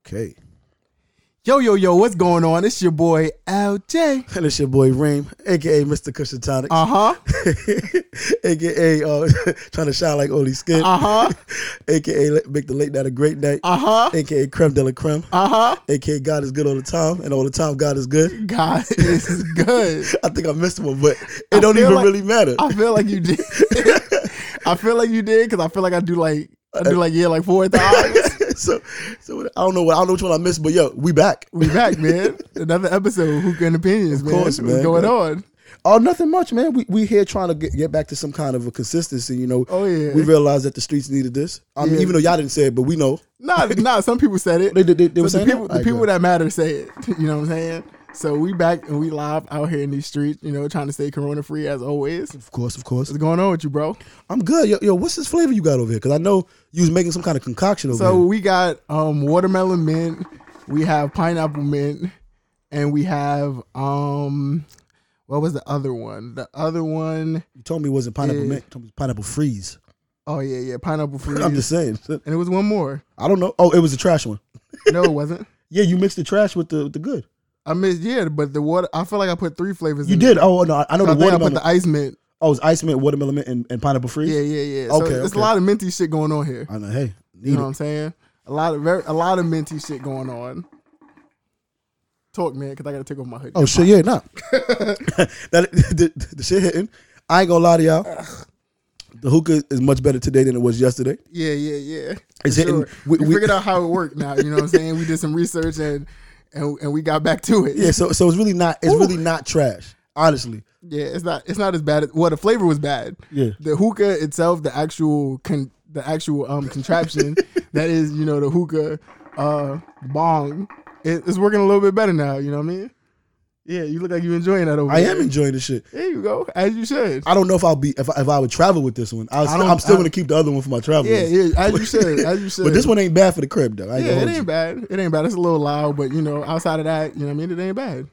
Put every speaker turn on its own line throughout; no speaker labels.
Okay.
Yo, yo, yo, what's going on? It's your boy LJ.
And it's your boy Reem, aka Mr. Cushion Tonic,
Uh huh.
aka uh, trying to shine like Oli Skin,
Uh huh.
aka let- make the late night a great night,
Uh huh.
aka creme de la creme,
Uh huh.
aka God is good all the time, and all the time God is good.
God is good.
I think I missed one, but it
I
don't
feel
even
like-
really matter.
I feel like you did. I feel like you did because I feel like I do like I do like yeah like four thousand.
so, so what- I don't know. what I don't know which one I missed, but yo, we back.
We back, man. Another episode of Hookah and Opinions, man.
course, man.
What's going on?
Oh, nothing much, man. We we here trying to get, get back to some kind of a consistency. You know,
Oh, yeah.
we realized that the streets needed this. I mean,
Yeah.
even though y'all didn't say it, but we know.
Nah, nah. Some people said it.
They- they- they- they
So
were saying
the people,
that?
the
Alright,
people
good.
that matter say it. You know what I'm saying? So we back and we live out here in these streets. You know, trying to stay corona free as always.
Of course, of course.
What's going on with you, bro?
I'm good. Yo, yo, what's this flavor you got over here? Because I know you was making some kind of concoction over
So
here.
we got um watermelon mint, we have pineapple mint, and we have um what was the other one? The other one
You told me it wasn't pineapple
Yeah.
mint. You told me it was pineapple freeze.
oh yeah, yeah, pineapple fruit.
I'm
and
just saying.
it was one more.
I don't know. Oh, it was the trash one.
No, it wasn't.
Yeah, you mixed the trash with the with the good.
I missed yeah, but the water I feel like I put three flavors
You
in
did. Oh no, I- I know
There. I
the
think I
watermelon.
put the ice mint.
oh, it was ice mint, watermelon mint, and, and pineapple freeze.
Yeah, yeah, yeah. So
Okay,
there's
okay.
a lot of minty shit going on here.
I know. Hey, need
You know what
it.
I'm saying? A lot of very a lot of minty shit going on. Talk, man, because I gotta take off my hoodie.
Oh shit, yeah, nah. that the, the shit hitting. I ain't gonna lie to y'all. The hookah is much better today than it was yesterday.
Yeah, yeah, yeah.
It's
For
hitting-
sure.
we-
We,
we-
figured out how it worked now. You know what I'm saying? We did some research and and, and we got back to it.
Yeah, so so it's really not it's really not trash. Honestly,
Yeah, it's not it's not as bad. As, well, the flavor was bad.
Yeah.
the hookah itself, the actual con, the actual um contraption that is, you know, the hookah uh bong, it, it's working a little bit better now. You know what I mean? Yeah, you look like you're enjoying that over
I
there.
am enjoying the shit.
There you go, as you should.
I don't know if I'll be if I, if I would travel with this one. I was,
I don't-
I'm still
I-
gonna keep the other one for my travel.
yeah,
list.
yeah, as you should, as you should.
But this one ain't bad for the crib though. I ain't
yeah,
gonna
it
hold
ain't
you.
bad. It ain't bad. It's a little loud, but you know, outside of that, you know what I mean. It ain't bad.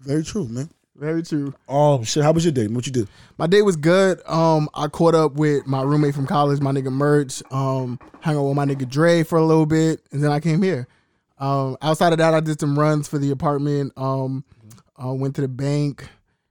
Very true, man.
Very true.
Oh shit, how was your day? What you did?
My day was good. Um, I caught up with my roommate from college, my nigga Merch. Um, hung out with my nigga Dre for a little bit, and then I came here. Um, outside of that, I did some runs for the apartment. Um, uh, went to the bank.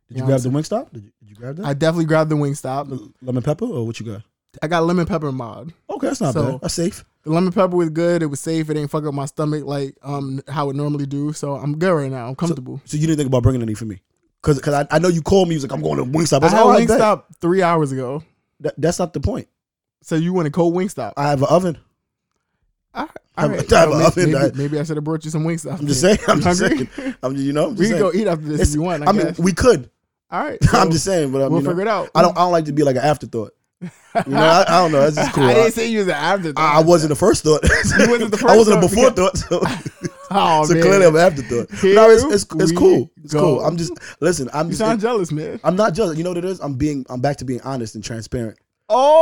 Did you
You know what
grab the wing stop? Did you, did you grab that?
I definitely grabbed the wing stop.
Lemon pepper or what you got?
I got lemon pepper mod.
Okay, that's not
So-
bad. That's safe.
The lemon pepper was good. It was safe. It ain't fuck up my stomach like um how it normally do. So I'm good right now. I'm comfortable.
So you didn't think about bringing any for me? Cause, cause I, I know you called me. You was like, I'm going to Wingstop. I
I
was like,
had
"All right,
wing
bet."
stop three hours ago.
That- that's not the point.
So you went to cold wing stop.
I have an oven.
All right.
I'm-
All right.
I'm-
Well,
I'm-
may- maybe,
I'm-
maybe I should have brought you some wing stop.
I'm just saying. I'm just
hungry?
saying. I'm just, you know. I'm just
We can
saying.
go eat after this
It's-
if you want. I,
I mean,
guess.
we could.
all right.
I'm
so
just saying, but I
we'll
mean,
figure it out.
I don't. I don't like to be like an afterthought. You know, I, I don't know. That's just cool.
I
I,
didn't say you was an
I,
afterthought.
wasn't the first thought.
wasn't the
I
first
wasn't a
thought
before thought. So,
oh,
so
man.
clearly, I'm an afterthought.
Here
no, it's it's, it's
we
cool. It's
go.
cool. I'm just listen. I'm
You
just.
sound jealous, man.
I'm not jealous. You know what it is? I'm being. I'm back to being honest and transparent.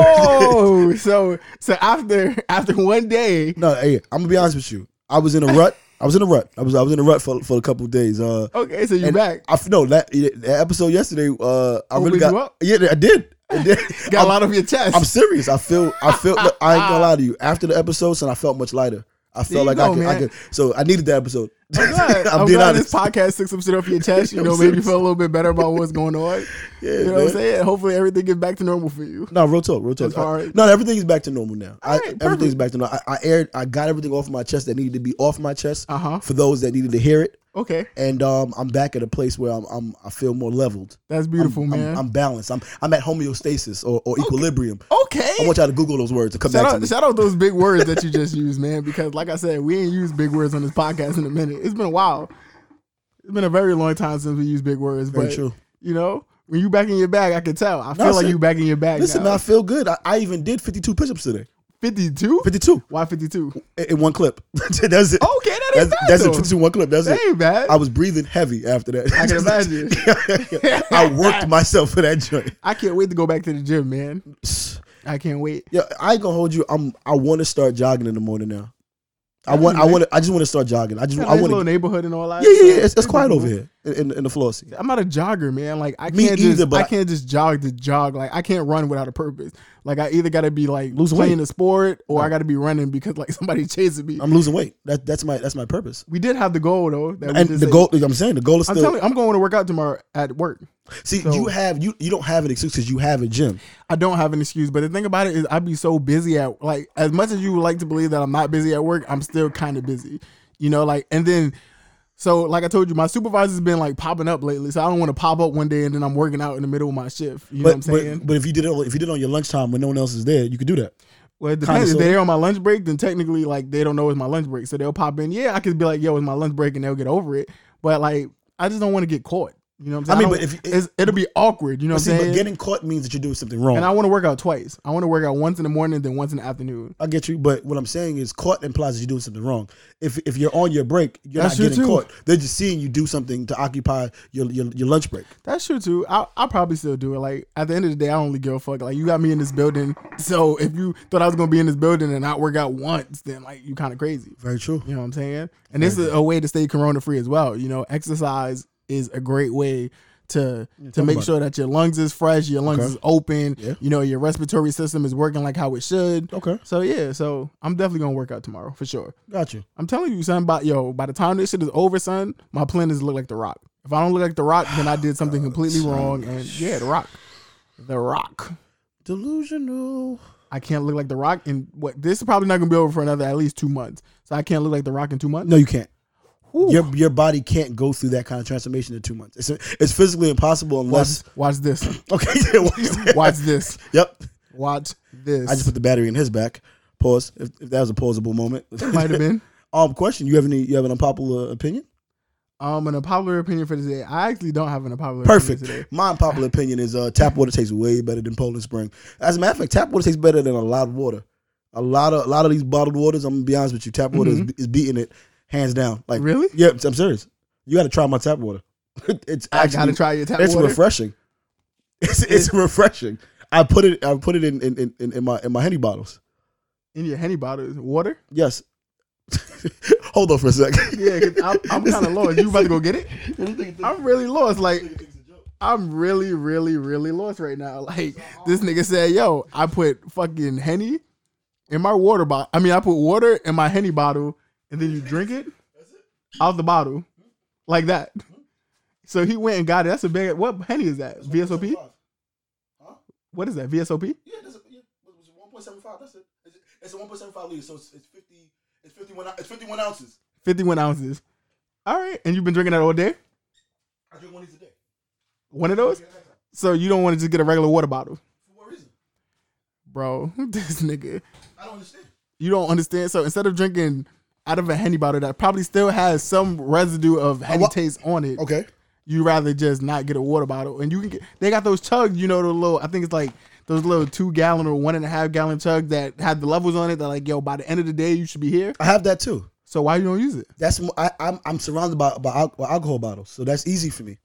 Oh, so so after after one day.
No, hey, I'm gonna be honest with you. I was in a rut. I was in a rut. I was I was in a rut for for a couple of days. Uh,
Okay, so you
and
back.
I f- no that, that episode yesterday. Uh, I really
Opened
got
Oh, you up?
yeah, I did. I did.
Got
I'm,
a lot off your chest.
I'm serious. I feel I feel. look, I ain't gonna lie to you. After the episode, and I felt much lighter. I
There
felt
you
like I,
go,
could, I
man.
could. So I needed that episode.
I'm glad, I'm glad this podcast took some shit off your chest. You
I'm
know, made you
serious.
feel a little bit better about what's going on.
Yeah,
you know what I'm
man.
saying? Hopefully everything gets back to normal for you.
No, real talk, real talk.
That's all right.
No, everything is back to normal now. I,
All right,
everything's back to normal. I, I aired. I got everything off my chest that needed to be off my chest
Uh-huh.
for those that needed to hear it.
Okay.
and um, I'm back at a place where I'm, I'm I feel more leveled.
That's beautiful,
I'm,
Oh, man.
I'm balanced. I'm I'm at homeostasis or, or equilibrium.
okay.
I want y'all to Google those words to come
Shout
back to
out,
me.
shout out those big words that you just used, man, because like I said, we ain't used big words on this podcast in a minute. It's been a while. It's been a very long time since we used big words.
Very
but,
true.
You know, when you back in your bag, I can tell. I feel like
see-
you back in your bag.
Listen, man, I feel good. I, I even did 52 push-ups today.
52?
52
Why 52? Okay,
in, in one clip. that's it.
Oh, that
that's
ain't bad.
that's
though.
it. 52 in one clip. That's
That
it.
ain't bad.
I was breathing heavy after that.
I can imagine.
I worked myself for that joint.
I can't wait to go back to the gym, man. I can't wait.
Yeah, I ain't gonna hold you. I'm. I want to start jogging in the morning now. I
That'd
want.
be
I
nice.
want. to I just want to start jogging. I just.
Got a
I
nice
want
little
to.
neighborhood and all that.
Yeah, yeah,
so
yeah. It's, it's quiet over here. in, in, in the floor seat.
I'm not a jogger, man. Like I
Me
can't
either,
just
but
I
I-
can't just jog to jog. Like I can't run without a purpose. Like I either got to be like
Lose
playing
weight.
a sport or I got to be running because like somebody chasing me.
I'm losing weight. That that's my that's my purpose.
we did have the goal though. That we
And
just
the
said.
goal, I'm saying, the goal is
I'm
still.
telling you, I'm going to work out tomorrow at work.
see,
so-
you have you you don't have an excuse because you have a gym.
I don't have an excuse, but the thing about it is I'd be so busy at like as much as you would like to believe that I'm not busy at work, I'm still kind of busy. You know, like and then so like I told you, my supervisor's been like popping up lately, so I don't want to pop up one day and then I'm working out in the middle of my shift. You know what I'm
But,
saying?
but but if you did it on- if you did it on your lunchtime when no one else is there, you could do that.
well, it depends. If
sorta.
they're on my lunch break, then technically like they don't know it's my lunch break, so they'll pop in. Yeah, I could be like, "Yo, it's my lunch break," and they'll get over it. But like, I just don't want to get caught. You know what I'm saying?
I mean, but
don't-
if-
it's, it'll be awkward. You know what I'm
See, but
saying?
getting caught means that you're doing something wrong.
and
I,
I want to work out twice. I want to work out once in the morning, then once in the afternoon.
get you, but what I'm saying is caught implies that you're doing something wrong. If if you're on your break, you're
That's
not
true,
getting
too.
caught. They're just seeing you do something to occupy your your, your lunch break.
That's true too. I I probably still do it. Like at the end of the day, I only give a fuck. Like you got me in this building, so if you thought I was gonna be in this building and not work out once, then like you kind of crazy.
Very true.
You know what I'm saying? And this is a way to stay corona free as well. You know, exercise is a great way to to
talk
make
about
sure that your lungs is fresh, your lungs
Okay.
is open.
Yeah.
You know, your respiratory system is working like how it should.
Okay,
So yeah, so I'm definitely gonna work out tomorrow for sure.
got you.
I'm telling you, son. By yo, by the time this shit is over, son, my plan is to look like The Rock. If I don't look like The Rock, then I did something completely wrong. And yeah, The Rock, The Rock.
Delusional.
I can't look like The Rock. And what this is probably not gonna be over for another at least two months. So I can't look like The Rock in two months.
No, you can't.
Whew.
Your your body can't go through that kind of transformation in two months. It's it's physically impossible
watch,
unless.
watch this.
Okay, yeah, watch that.
Watch this.
Yep.
Watch this.
I just put the battery in his back. Pause. If, if that was a pausable moment,
might have been.
Um, question. You have any? You have an unpopular opinion?
Um, an unpopular opinion for today. I actually don't have an unpopular
Perfect.
opinion today.
My unpopular opinion is uh, tap water tastes way better than Poland Spring. As a matter of fact, tap water tastes better than a lot of water. A lot of a lot of these bottled waters. I'm gonna be honest with you. Tap water is, is beating it hands down. Like
Mm-hmm. Really?
Yeah, I'm serious. You got to try my tap water. it's
I
actually,
gotta try your tap
It's
water.
refreshing. It's, it's refreshing. I put it. I put it in in, in- in, in my in my henny bottles.
in your henny bottles, water.
Yes. Hold on for a sec.
Yeah, 'cause I'm, I'm kind of lost. You about to go get it? I'm really lost. Like, I'm really, really, really lost right now. Like, this nigga said, yo, I put fucking Henny in my water bottle. I mean, I put water in my Henny bottle, and then you drink it out the bottle like that. So he went and got it. That's a big, what Henny is that? VSOP? What is that? VSOP?
Yeah, that's a, yeah, what was it, 1.75. That's it. It's, it's a 1.75 liter, so it's, it's 50. It's 51. ou- It's 51 ounces.
51 ounces. All right. And you've been drinking that all day?
I drink one of these a day.
One of those? So you don't want to just get a regular water bottle?
For what reason?
Bro, this nigga.
I don't understand.
you don't understand. So instead of drinking out of a henny bottle that probably still has some residue of henny
wa-
taste on it,
Okay.
you rather just not get a water bottle. And you can get they got those chugs, you know, the little I think it's like those little two gallon or one and a half gallon chugs that have the levels on it that like, yo, by the end of the day you should be here.
I have that too.
So why you don't use it?
That's m- I, am I'm surrounded by, by al- by alcohol bottles, so that's easy for me.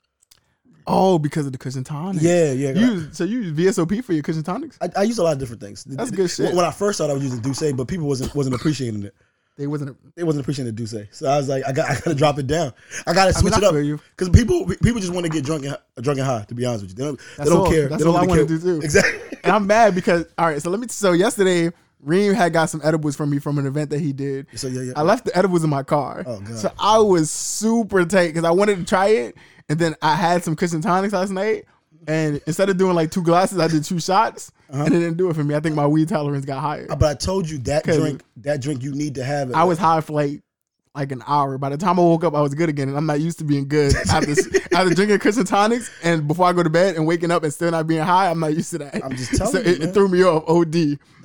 Oh, because of the cushion tonic.
Yeah, yeah.
You use- so you use VSOP for your cushion tonics?
I, I used a lot of different things.
That's good shit.
When I first started, I was using Douce, but people wasn't wasn't appreciating it.
They wasn't a-
They wasn't appreciating the Douce, so I was like, I got I got to drop it down. I got to switch
I
it up
feel you.
because people people just want to get drunk and hi- drunk and high. To be honest with you, they don't, they
That's
don't
all-
care.
that's
they don't
all I
really
wanna
care.
do too.
Exactly.
and I'm mad because all right, so let me so yesterday Reem had got some edibles from me from an event that he did.
So yeah, yeah.
I left the edibles in my car.
Oh, God.
So I was super tight because I wanted to try it, and then I had some cushion tonics last night. And instead of doing like two glasses, I did two shots,
Uh-huh.
and it didn't do it for me. I think my weed tolerance got higher.
Uh, But I told you that
'Cause-
drink, that drink, you need to have it.
I was high for like like an hour. By the time I woke up, I was good again, and I'm not used to being good after after drinking cushion tonics and before I go to bed and waking up and still not being high. I'm not used to that.
I'm just telling
so
you,
it,
man.
it threw me off. Od.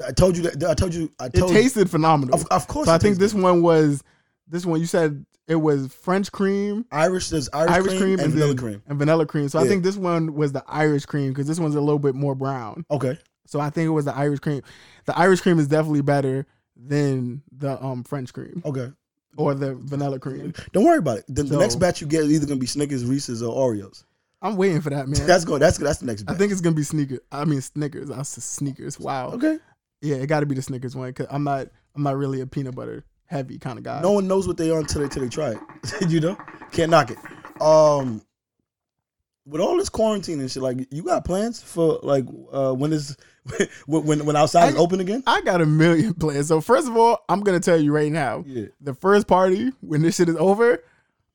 I told you that. I told you. I
It
told you.
tasted phenomenal.
Of, of course,
so
it
I think
tastes
this
good.
one was this one. You said it was French cream,
Irish there's Irish,
Irish
cream,
cream,
and vanilla
then-
cream.
and vanilla cream. So I
Yeah.
think this one was the Irish cream because this one's a little bit more brown.
Okay,
So I think it was the Irish cream. The Irish cream is definitely better than the um French cream
okay.
or the vanilla cream.
Don't worry about it. The, the
So-
next batch you get is either gonna be Snickers, Reese's, or Oreos.
I'm waiting for that, man.
That's good. That's that's the next
I
batch.
think it's gonna be sneakers. I mean Snickers. I said sneakers. Wow.
okay.
Yeah, it got to be the Snickers one because I'm not. I'm not really a peanut butter heavy kind of guy.
No one knows what they are until they, until they try it. you know, can't knock it. Um, with all this quarantine and shit, like you got plans for like uh, when this when when when outside is
I-
open again?
I got a million plans. So first of all, I'm gonna tell you right now,
Yeah.
the first party when this shit is over,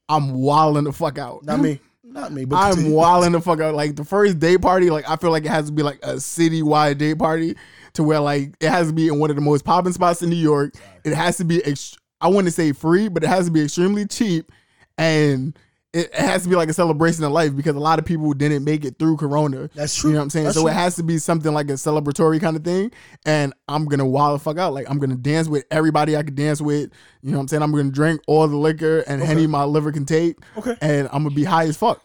I'm wilding the fuck out.
Not me. Not me. But
I'm
continue.
wilding the fuck out. Like the first day party, like I feel like it has to be like a citywide day party to where like it has to be in one of the most popping spots in New York. It has to be ex- I wouldn't say free, but it has to be extremely cheap and it, it has to be like a celebration of life because a lot of people didn't make it through Corona.
That's true.
You know what I'm saying?
That's
so
true.
it has to be something like a celebratory kind of thing. And I'm gonna wild the fuck out. Like I'm gonna dance with everybody I could dance with. You know what I'm saying? I'm gonna drink all the liquor and henny my liver can take.
Okay.
And I'm gonna be high as fuck.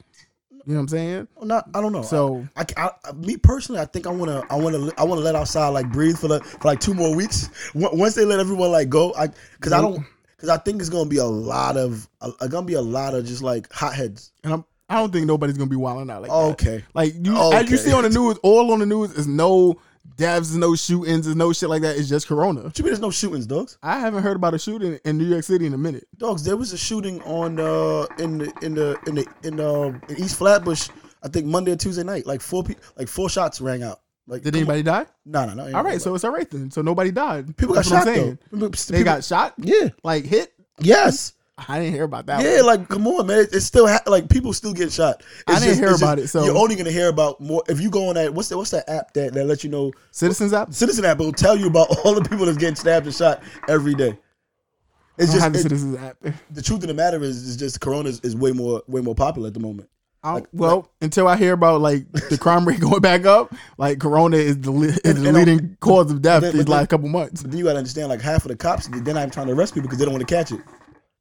You know what I'm saying?
I'm not. Oh, I don't know.
So-
I, I, I- me personally, I think I wanna, I wanna, I wanna let outside like breathe for like, for like two more weeks. Wo- Once they let everyone like go, I, cause I don't, cause I think it's gonna be a lot of, uh, gonna be a lot of just like hotheads.
And I'm I don't think nobody's gonna be wilding out like that.
Okay.
Like you as
Oh, Okay.
you see on the news, all on the news is no deaths, is no shootings, is no shit like that. It's just corona.
What you mean? There's no shootings, dogs.
I haven't heard about a shooting in New York City in a minute.
Dogs. There was a shooting on uh in the in the in the in uh in East Flatbush. I think Monday or Tuesday night. Like four pe- like four shots rang out. Like
Did anybody die?
No, no, no.
All right, so it's all right then. So nobody died.
people got
That's
shot
what I'm
though.
saying.
People-
They
people-
got shot,
yeah.
like hit.
Yes.
I didn't hear about that.
Yeah, like come on, man. It's still ha- like people still get shot.
I
It's
didn't hear
it's
about it, so-
you're only gonna hear about more if you go on that. What's that? What's that app that that lets you know?
Citizens app.
Citizen app will tell you about all the people that's getting stabbed and shot every day. It's
I don't
just
have the
it-
Citizens app.
the truth of the matter is, is just Corona is, is way more way more popular at the moment.
I don't- well, until I hear about like the crime rate going back up, like Corona is the, li- is the
and- um,
leading cause of death
but
these
then-
last couple months.
Then you gotta understand, like half of the cops, they're not even trying to arrest people because they don't want to catch it,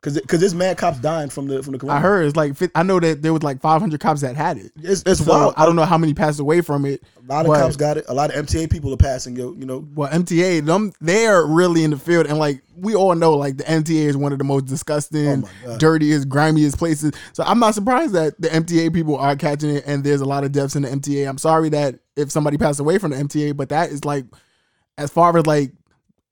because because there's mad cops dying from the from the Corona.
I heard it's like fif- I know that there was like 500 cops that had it.
it's, it's
So
wild.
I don't know how many passed away from it.
a lot of cops got it. A lot of MTA people are passing. Yo, you know,
Well, MTA, them they are really in the field, and like we all know, like the MTA is one of the most disgusting,
Oh my God.
dirtiest, grimiest places. So I'm not surprised that the MTA people are catching it, and there's a lot of deaths in the MTA. I'm sorry that if somebody passed away from the MTA, but that is like, as far as like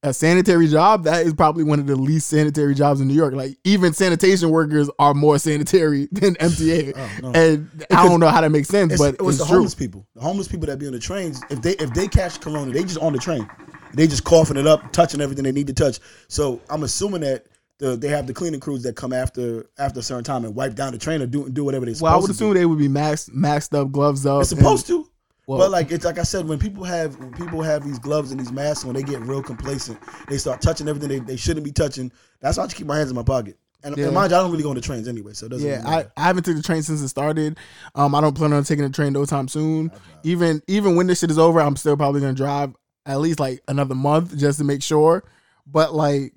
a sanitary job, that is probably one of the least sanitary jobs in New York. Like even sanitation workers are more sanitary than MTA,
Oh, no.
and I don't know how that makes sense,
It's,
but
it was
it's
the
true.
homeless people. The homeless people that be on the trains, if they if they catch corona, they just on the train. They just coughing it up, touching everything they need to touch. So I'm assuming that the, they have the cleaning crews that come after after a certain time and wipe down the train or do do whatever they supposed
Well, I would
to do.
assume they would be maxed, maxed up, gloves up.
It's
and-
supposed to.
Well-
but like it's like I said, when people have when people have these gloves and these masks on, they get real complacent. They start touching everything they, they shouldn't be touching. That's why I just keep my hands in my pocket. And,
Yeah.
and mind you, I don't really go on the trains anyway, so it doesn't.
Yeah,
really
I,
matter.
I haven't took the train since it started. Um, I don't plan on taking the train no time soon. Even even when this shit is over, I'm still probably gonna drive at least like another month just to make sure. But like,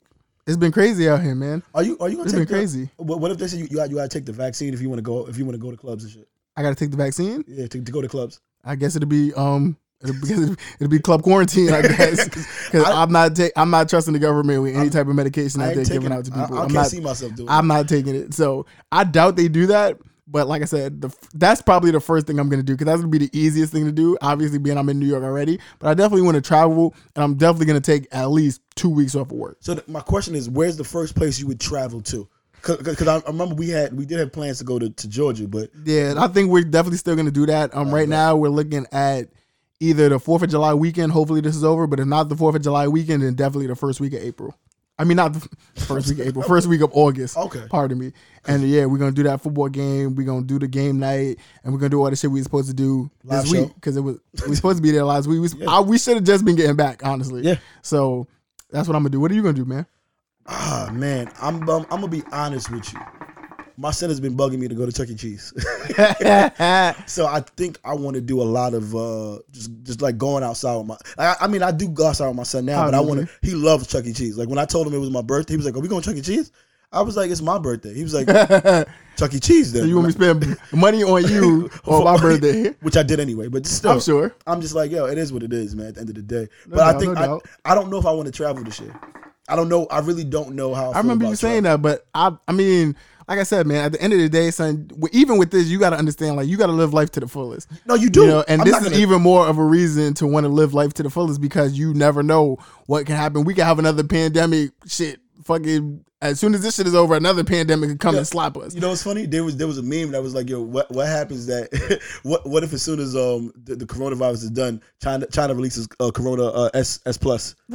it's been crazy out here, man.
are you are you gonna
It's
take
been
the-
crazy.
What, what if they say you you gotta, you gotta take the vaccine if you want to go if you want to go to clubs and shit?
I gotta take the vaccine.
Yeah, to, to go to clubs.
I guess it'll be um. It'll be, it'll be club quarantine, I guess, because
I-
I'm not ta- I'm not trusting the government with any type of medication
I
that
ain't
they're
taking
giving out to
I-
people.
I,
I'm
can't
not
see myself doing. it.
I'm not taking it. So I doubt they do that. But like I said, the, f- that's probably the first thing I'm gonna do because that's gonna be the easiest thing to do. Obviously, being I'm in New York already, but I definitely want to travel, and I'm definitely gonna take at least two weeks off of work.
So th- my question is, where's the first place you would travel to? Because I, I remember we had we did have plans to go to, to Georgia, but
Yeah, and I think we're definitely still gonna do that. Um, right now we're looking at either the Fourth of July weekend. Hopefully, this is over. But if not the Fourth of July weekend, then definitely the first week of April. I mean, not the f- first week of April, first week of August.
Okay.
Pardon me. And yeah, we're gonna do that football game. We're gonna do the game night, and we're gonna do all the shit we were supposed to do
Live
this
show.
week because it was we were supposed to be there last week. We was- I- we should have just been getting back, honestly.
Yeah.
So that's what I'm gonna do. What are you gonna do, man?
ah man, I'm um, I'm gonna be honest with you. My son has been bugging me to go to Chuck E. Cheese, so I think I want to do a lot of uh, just just like going outside with my. I, I mean, I do go outside with my son now,
How
but I
old is
want to. He loves Chuck E. Cheese. Like when I told him it was my birthday, he was like, "Are we going to Chuck E. Cheese?" I was like, "It's my birthday." He was like, "Chuck E. Cheese." Then
you want me to spend money on you on my birthday?
which I did anyway. But still,
I'm sure.
I'm just like, yo, it is what it is, man. At the end of the day, but I
doubt,
think
no doubt.
I, I don't know if I want to travel this year. I don't know. I really don't know how. I,
I remember you saying that, but I I mean, like I said, man, at the end of the day, son, w- even with this, you got to understand, like, you got to live life to the fullest.
No, you do.
You know, and
I'm
this
not
is
gonna-
even more of a reason to want to live life to the fullest because you never know what can happen. We could have another pandemic, shit, fucking As soon as this shit is over, another pandemic could come
Yeah.
and slap us.
You know what's funny? There was there was a meme that was like, "Yo, what what happens that what what if as soon as um the, the coronavirus is done, China China releases uh, Corona uh, S S plus."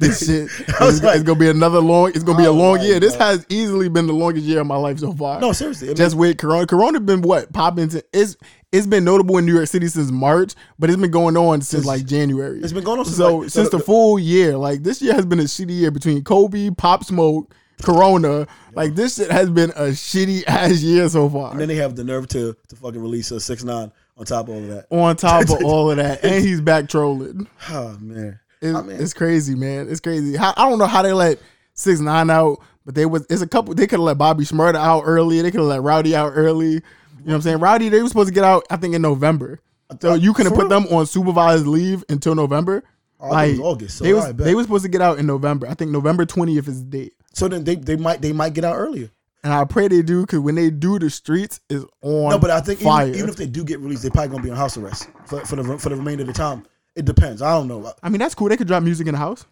this shit
I was
it's, it's
like-
gonna be another long. It's gonna be a
Oh
long
my
year. This
God.
has easily been the longest year of my life so far.
No, seriously, I mean,
just with Corona. Corona been what popping. To, it's it's been notable in New York City since March, but it's been going on since like January.
it's been going on since,
so
like,
since
the-
the, full year. Like this year has been a shitty year between Kobe, Pop Smoke, Corona. Like this shit has been a shitty ass year so far.
and then they have the nerve to to fucking release a six nine on top of all of that.
on top of all of that, and he's back trolling.
Oh man,
It-
I mean,
it's crazy, man. It's crazy. How, I don't know how they let six nine out, but they was it's a couple. They could have let Bobby Schmurda out early. They could have let Rowdy out early. You know what I'm saying? Rowdy, they were supposed to get out. I think in November. So you couldn't
For
put them on supervised leave until November.
Oh, I think it was August, so
they was
alright, bet.
they were supposed to get out in November. I think November 20th is the date.
so then they, they might they might get out earlier.
And I pray they do because when they do, the streets is on.
No, but I think
fire.
even, even if they do get released, they probably gonna be on house arrest for, for the for the remainder of the time. It depends. I don't know.
I mean that's cool. They could drop music in the house.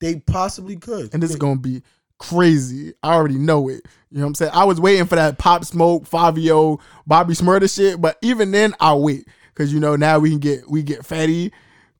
They possibly could.
and this is gonna be crazy. I already know it. You know what I'm saying? I was waiting for that Pop Smoke, Fabio, Bobby Smurda shit, but even then I wait because you know now we can get we get Fetty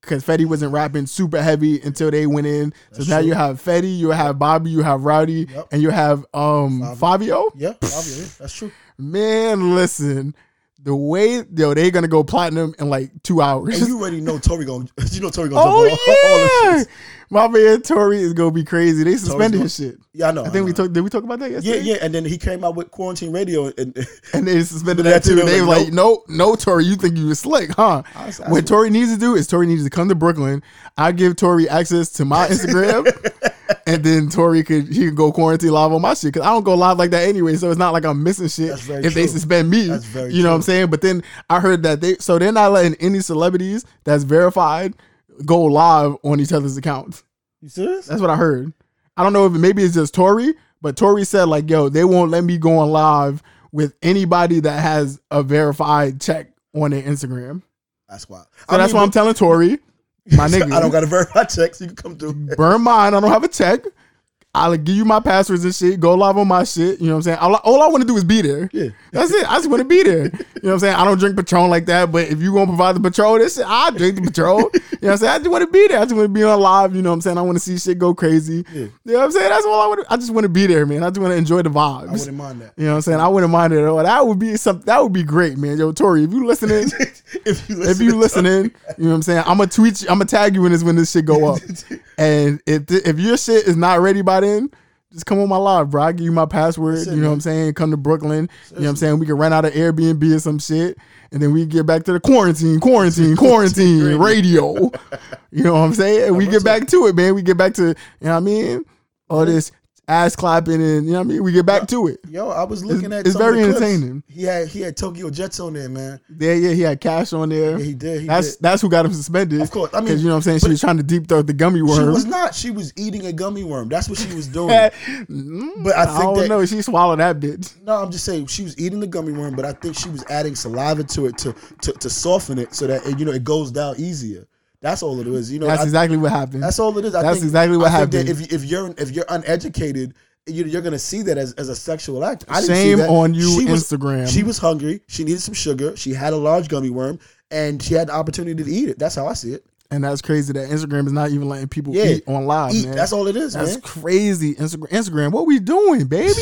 because Fetty wasn't rapping super heavy until they went in. So now you have Fetty, you have Bobby, you have Rowdy,
Yep.
and you have um Fabio.
yeah, obviously, that's true.
Man, listen. The way yo, they gonna go platinum in like two hours.
And you already know Tory gonna you know Tory gonna
oh
jump on all, all
yeah,
this shit.
my man Tory is gonna be crazy. They suspended
gonna-
his shit.
Yeah, I know.
I think we
know.
talked. Did we talk about that
Yeah,
yesterday?
yeah, and then he came out with quarantine radio, and
And they suspended
That
that
too,
too.
like,
They were like, "No, no, Tory, you think you was slick, huh?"
I was- I
What Tory needs to do is Tory needs to come to Brooklyn. I give Tory access to my Instagram, and then Tory could he could go quarantine live on my shit because I don't go live like that anyway. So it's not like I'm missing shit
That's
if
very
they
true.
suspend me.
That's very
you know what I'm
true.
saying? But then I heard that they so they're not letting any celebrities that's verified go live on each other's accounts.
you serious?
That's what I heard. I don't know if it, maybe it's just Tory, but Tory said like, "Yo, they won't let me go on live with anybody that has a verified check on their Instagram."
That's why.
So that's why I'm telling Tory, my nigga,
I don't got a verify check, so you can come through.
burn mine. I don't have a check. I'll give you my passwords and shit. Go live on my shit. You know what I'm saying? All I, all I want to do is be there.
Yeah.
That's it. I just want to be there. You know what I'm saying? I don't drink Patron like that, but if you going to provide the Patron, this shit, I'll drink the Patron. you know what I'm saying? I just want to be there. I just want to be on live. You know what I'm saying? I want to see shit go crazy.
Yeah.
You know what I'm saying? That's all I want. I just want to be there, man. I just want to enjoy the vibes.
I wouldn't mind that.
you know what I'm saying? I wouldn't mind it at all. That would be something. That would be great, man. Yo, Tori, if you listening,
if you
if
listen,
you
to-
listening, you know what I'm saying. I'm gonna tweet. You, I'm gonna tag you in this when this shit go up. and if th- if your shit is not ready by then, just come on my live, bro. I give you my password.
it,
you know what
man.
I'm saying. Come to Brooklyn. You know what I'm saying. We can rent out an Airbnb or some shit, and then we get back to the quarantine, quarantine, quarantine radio. You know what I'm saying. And we get back to it, man. We get back to you know what I mean. All this ass clapping and you know what I mean. We get back to it.
yo, I was looking at
it's
some of the
very
clips.
entertaining.
He had he had Tokyo Jets on there, man.
Yeah, yeah. He had cash on there.
Yeah, he did. He
that's
did.
that's who got him suspended.
Of course, I mean,
because you know what I'm saying. She was trying to deep throat the gummy
She
worm.
was not. She was eating a gummy worm. That's what she was doing.
Eh,
but
mm,
I
I
think
don't
that
know. She swallowed that bitch.
no, I'm just saying she was eating the gummy worm, but I think she was adding saliva to it to to, to soften it so that it, you know it goes down easier. That's all it is. You know,
That's
I-
exactly what happened.
That's all it is. I
That's
think,
exactly what
I think that
happened.
If, if you're if you're uneducated, you, you're gonna see that as, as a sexual act. I didn't see
Shame
that.
on you,
She was-
Instagram.
she was hungry. She needed some sugar. She had a large gummy worm, and she had the opportunity to eat it. That's how I see it.
and that's crazy that Instagram is not even letting people
Yeah,
eat on live.
Eat.
Ah, man.
That's all it is,
That's
man.
crazy. Instagram, Instagram, what we doing, baby?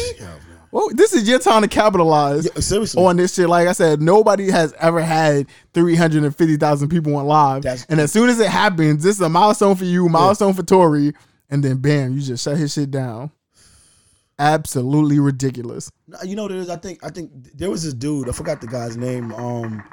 Well, this is your time to capitalize
Yeah, seriously.
on this shit. Like I said, nobody has ever had 350,000 people on live.
That's-
and as soon as it happens, this is a milestone for you, milestone for Tory. And then bam, you just shut his shit down. Absolutely ridiculous.
No, you know what it is. I think I think there was this dude. I forgot the guy's name. Um,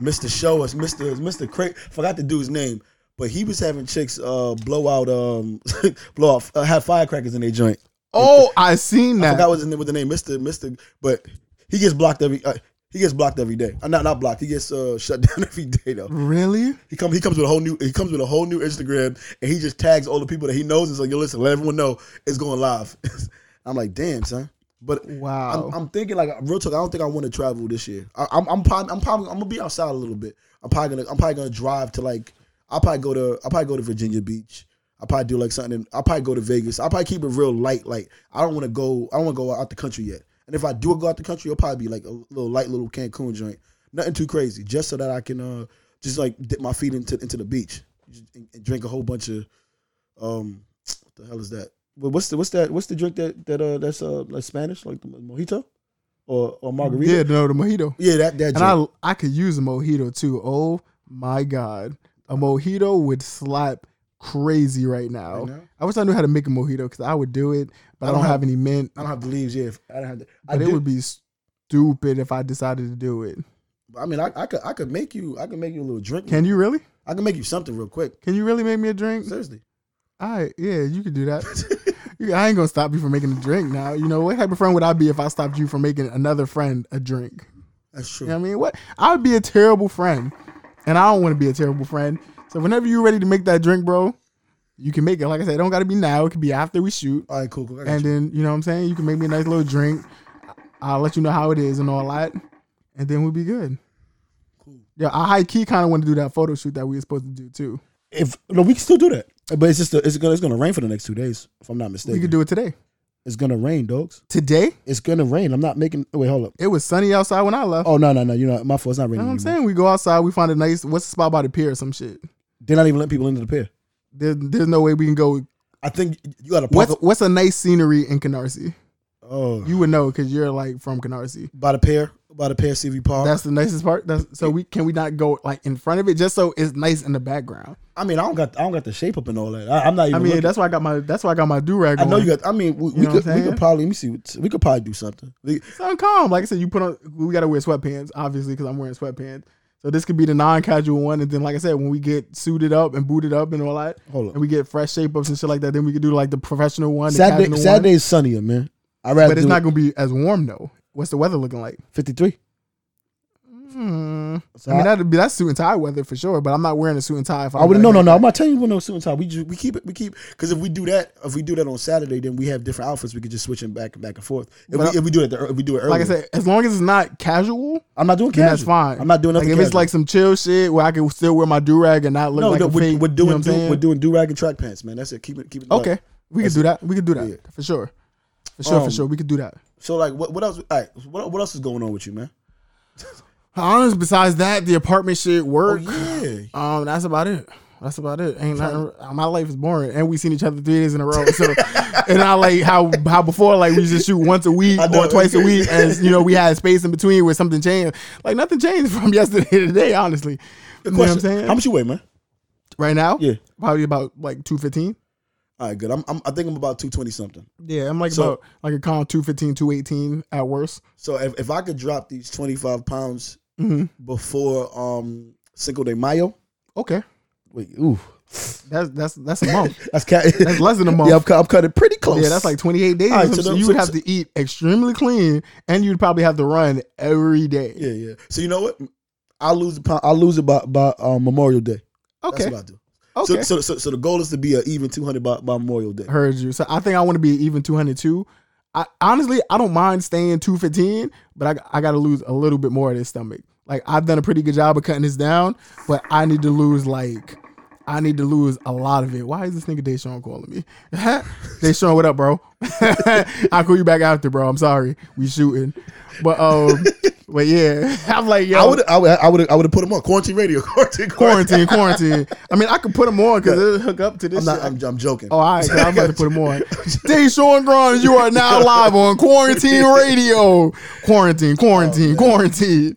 Mr. Show us, Mr. Mr. Craig. Forgot the dude's name, but he was having chicks uh blow out um blow out uh, have firecrackers in their joint.
Oh, I seen that.
forgot what his name with the name Mister Mister, but he gets blocked every uh, he gets blocked every day. Uh, not not blocked. He gets uh, shut down every day though.
really?
He comes he comes with a whole new he comes with a whole new Instagram and he just tags all the people that he knows and like yo listen let everyone know it's going live. I'm like damn son, but
Wow.
I'm, I'm thinking like real talk. I don't think I want to travel this year. I, I'm I'm probably I'm probably I'm gonna be outside a little bit. I'm probably gonna I'm probably gonna drive to like I'll probably go to I'll probably go to Virginia Beach. I I probably do like something. I probably go to Vegas. I probably keep it real light. Like I don't want to go. I don't want to go out the country yet. And if I do go out the country, it'll probably be like a little light little Cancun joint. Nothing too crazy, just so that I can uh just like dip my feet into into the beach and, and drink a whole bunch of um what the hell is that? Well, what's the what's that what's the drink that that uh that's uh like Spanish like the mojito or or margarita?
Yeah, no, the mojito.
Yeah, that that
And
drink.
I I could use a mojito too. Oh my god, a mojito would slap crazy right now.
Right now?
I wish I knew how to make a mojito because I would do it, but I don't, have, any mint.
I don't have the leaves. Yeah, if- I don't have. The, I
but it
do-
would be stupid if I decided to do it.
I mean, I, I could I could make you I could make you a little drink.
Can you really?
I can make you something real quick.
Can you really make me a drink?
Seriously.
All right, yeah, you could do that. You- I ain't gonna stop you from making a drink now. You know what type of friend would I be if I stopped you from making another friend a drink?
That's true.
You know what I mean? What? I'd be a terrible friend, and I don't want to be a terrible friend. So whenever you're ready to make that drink, bro, you can make it. Like I said, it don't gotta be now. It could be after we shoot,
All right, cool, cool. I got
and
you.
then you know what I'm saying. You can make me a nice little drink. I'll let you know how it is and all that, and then we'll be good.
Cool.
Yeah, I high key kind of want to do that photo shoot that we were supposed to do too.
If no, we can still do that. But it's just a, it's gonna it's gonna rain for the next two days. If I'm not
We
mistaken,
could do it today.
it's gonna rain, dogs.
Today
It's gonna rain. I'm not making. Wait, hold up.
it was sunny outside when I left.
Oh no, no, no. You know my fault. It's not
You know
raining.
what I'm
anymore.
saying? We go outside, we find a nice what's the spot by the pier or some shit.
They're not even letting people into the pier.
There, there's no way we can go.
I think you got to park.
What's
Up,
what's a nice scenery in Canarsie?
oh,
You would know because you're like from Canarsie.
by the pier, by the pier, CV Park.
That's the nicest part. That's so we can we not go like in front of it just so it's nice in the background.
I mean, I don't got I don't got the shape up and all that. I, I'm not even.
I mean
looking.
that's why I got my that's why I got my do rag.
I know you got. I mean, we, we
know what
could
I'm
we
saying?
could probably let me see. what- We could probably do something. We,
Sound calm. Like I said, you put on. We gotta wear sweatpants, obviously, because I'm wearing sweatpants. So this could be the non-casual one, and then like I said, when we get suited up and booted up and all that,
hold
and
up.
we get fresh shape ups and shit like that, then we could do like the professional one. the
Saturday
casual one.
Saturday is sunnier, man. I rather
but it's
do
not gonna be as warm though. What's the weather looking like?
53.
Hmm.
So
I mean, that'd be that's suit and tie weather for sure. But I'm not wearing a suit and tie. If
I would no no no. I'm not telling you we're no suit and tie. We just, we keep it we keep because if we do that if we do that on Saturday then we have different outfits. We could just switch them back and back and forth. If,
But
we, if we do it at the, if we do it early,
Like I said, as long as it's not casual,
I'm not doing
then
casual.
that's fine.
I'm not doing
Like
nothing.
if it's
casual.
like some chill shit where I can still wear my do rag and not look
no,
like
no,
a
we're,
fake.
we're
you know
doing
what I'm
do,
saying?
we're doing do rag and track pants, man. That's it. Keep it keep it. light.
okay, we could do that. We could do that for sure, for sure,
Um,
for sure. We could do that.
So like what what else? All right, what what else is going on with you, man?
Honest, besides that, the apartment shit,
Oh
work.
yeah.
Um, that's about it. That's about it. Ain't nothing. My life is boring, and we seen each other three days in a row. So, and I like how how before like we used to shoot once a week
I know,
or twice a
it's
week,
crazy.
as you know we had space in between where something changed. Like nothing changed from yesterday to today, honestly. You know what I'm
Question.
saying?
How much you weigh, man?
right now,
Yeah.
probably about like two fifteen.
All right, good. I'm, I'm I think I'm about two twenty something.
Yeah, I'm like
So-
about like a calm 215, 218 at worst.
So if, if I could drop these twenty five pounds
Mm-hmm.
before um Cinco de Mayo,
Okay,
wait, ooh,
that's that's that's a month.
that's cat.
that's less than a month.
Yeah, I'm, cu- I'm cutting pretty close.
Yeah, that's like 28 days.
All right,
or
so
something.
the-
you would
so-
have to eat extremely clean and you'd probably have to run every day.
yeah, yeah. So you know what? I'll lose the pound. I'll lose it by by um, Memorial Day. That's
Okay.
what I do.
Okay.
So, so so so the goal is to be an even two hundred by, by Memorial Day.
Heard you. So I think I want to be even 202. I honestly, I don't mind staying 215, but I, I got to lose a little bit more of this stomach. Like I've done a pretty good job of cutting this down, but I need to lose like I need to lose a lot of it. Why is this nigga Deshaun calling me? Deshaun, what up, bro? I'll call you back after, bro. I'm sorry. We shooting. But um but yeah. I'm like, yo,
I would I would I would I would have put them on quarantine radio quarantine quarantine.
quarantine, quarantine. I mean, I could put them on because it'll hook up to this.
I'm not.
shit.
I'm, I'm joking.
oh, all right. 'cause I'm about to put them on. Day Sean Grimes, you are now live on quarantine radio. Quarantine, quarantine, quarantine.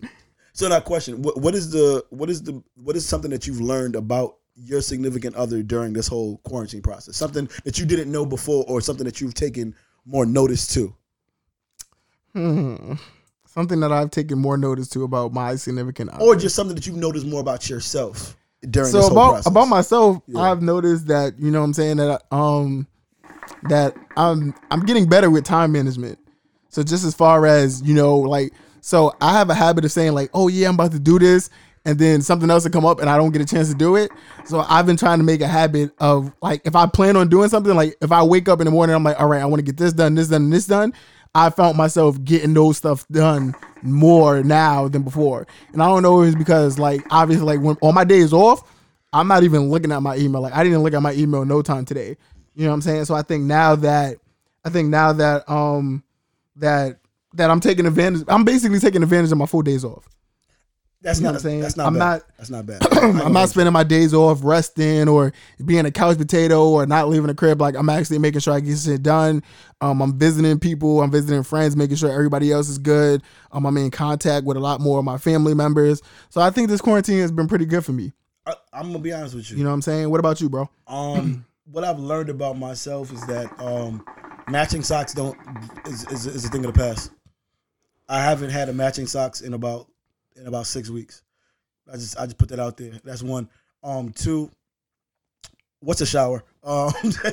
So now, question: what, what is the what is the what is something that you've learned about your significant other during this whole quarantine process? Something that you didn't know before, or something that you've taken more notice to?
Hmm. Something that I've taken more notice to about my significant other.
or just something that you've noticed more about yourself during
Oh, so
this whole
about
process.
about myself,
Yeah.
I've noticed that you know what I'm saying that um that I'm I'm getting better with time management. So just as far as you know, like so I have a habit of saying like, oh yeah, I'm about to do this, and then something else will come up and I don't get a chance to do it. So I've been trying to make a habit of like if I plan on doing something, like if I wake up in the morning, I'm like, all right, I want to get this done, this done, and this done. I found myself getting those stuff done more now than before, and I don't know if it's because like obviously like when on my days off, I'm not even looking at my email. Like I didn't look at my email no time today. You know what I'm saying? So I think now that I think now that um that that I'm taking advantage I'm basically taking advantage of my four days off.
That's
You know
not.
what I'm saying?
That's not.
I'm
bad.
not-
That's not bad. I ain't
I'm
gonna-
not spending my days off resting or being a couch potato or not leaving the crib. Like I'm actually making sure I get shit done. Um, I'm visiting people. I'm visiting friends, making sure everybody else is good. Um, I'm in contact with a lot more of my family members. So I think this quarantine has been pretty good for me.
I, I'm gonna be honest with you.
You know what I'm saying? What about you, bro?
Um, what I've learned about myself is that um, matching socks don't is, is is a thing of the past. I haven't had a matching socks in about in about six weeks. I just I just put that out there. That's one. Um, two. What's a shower? Um, I,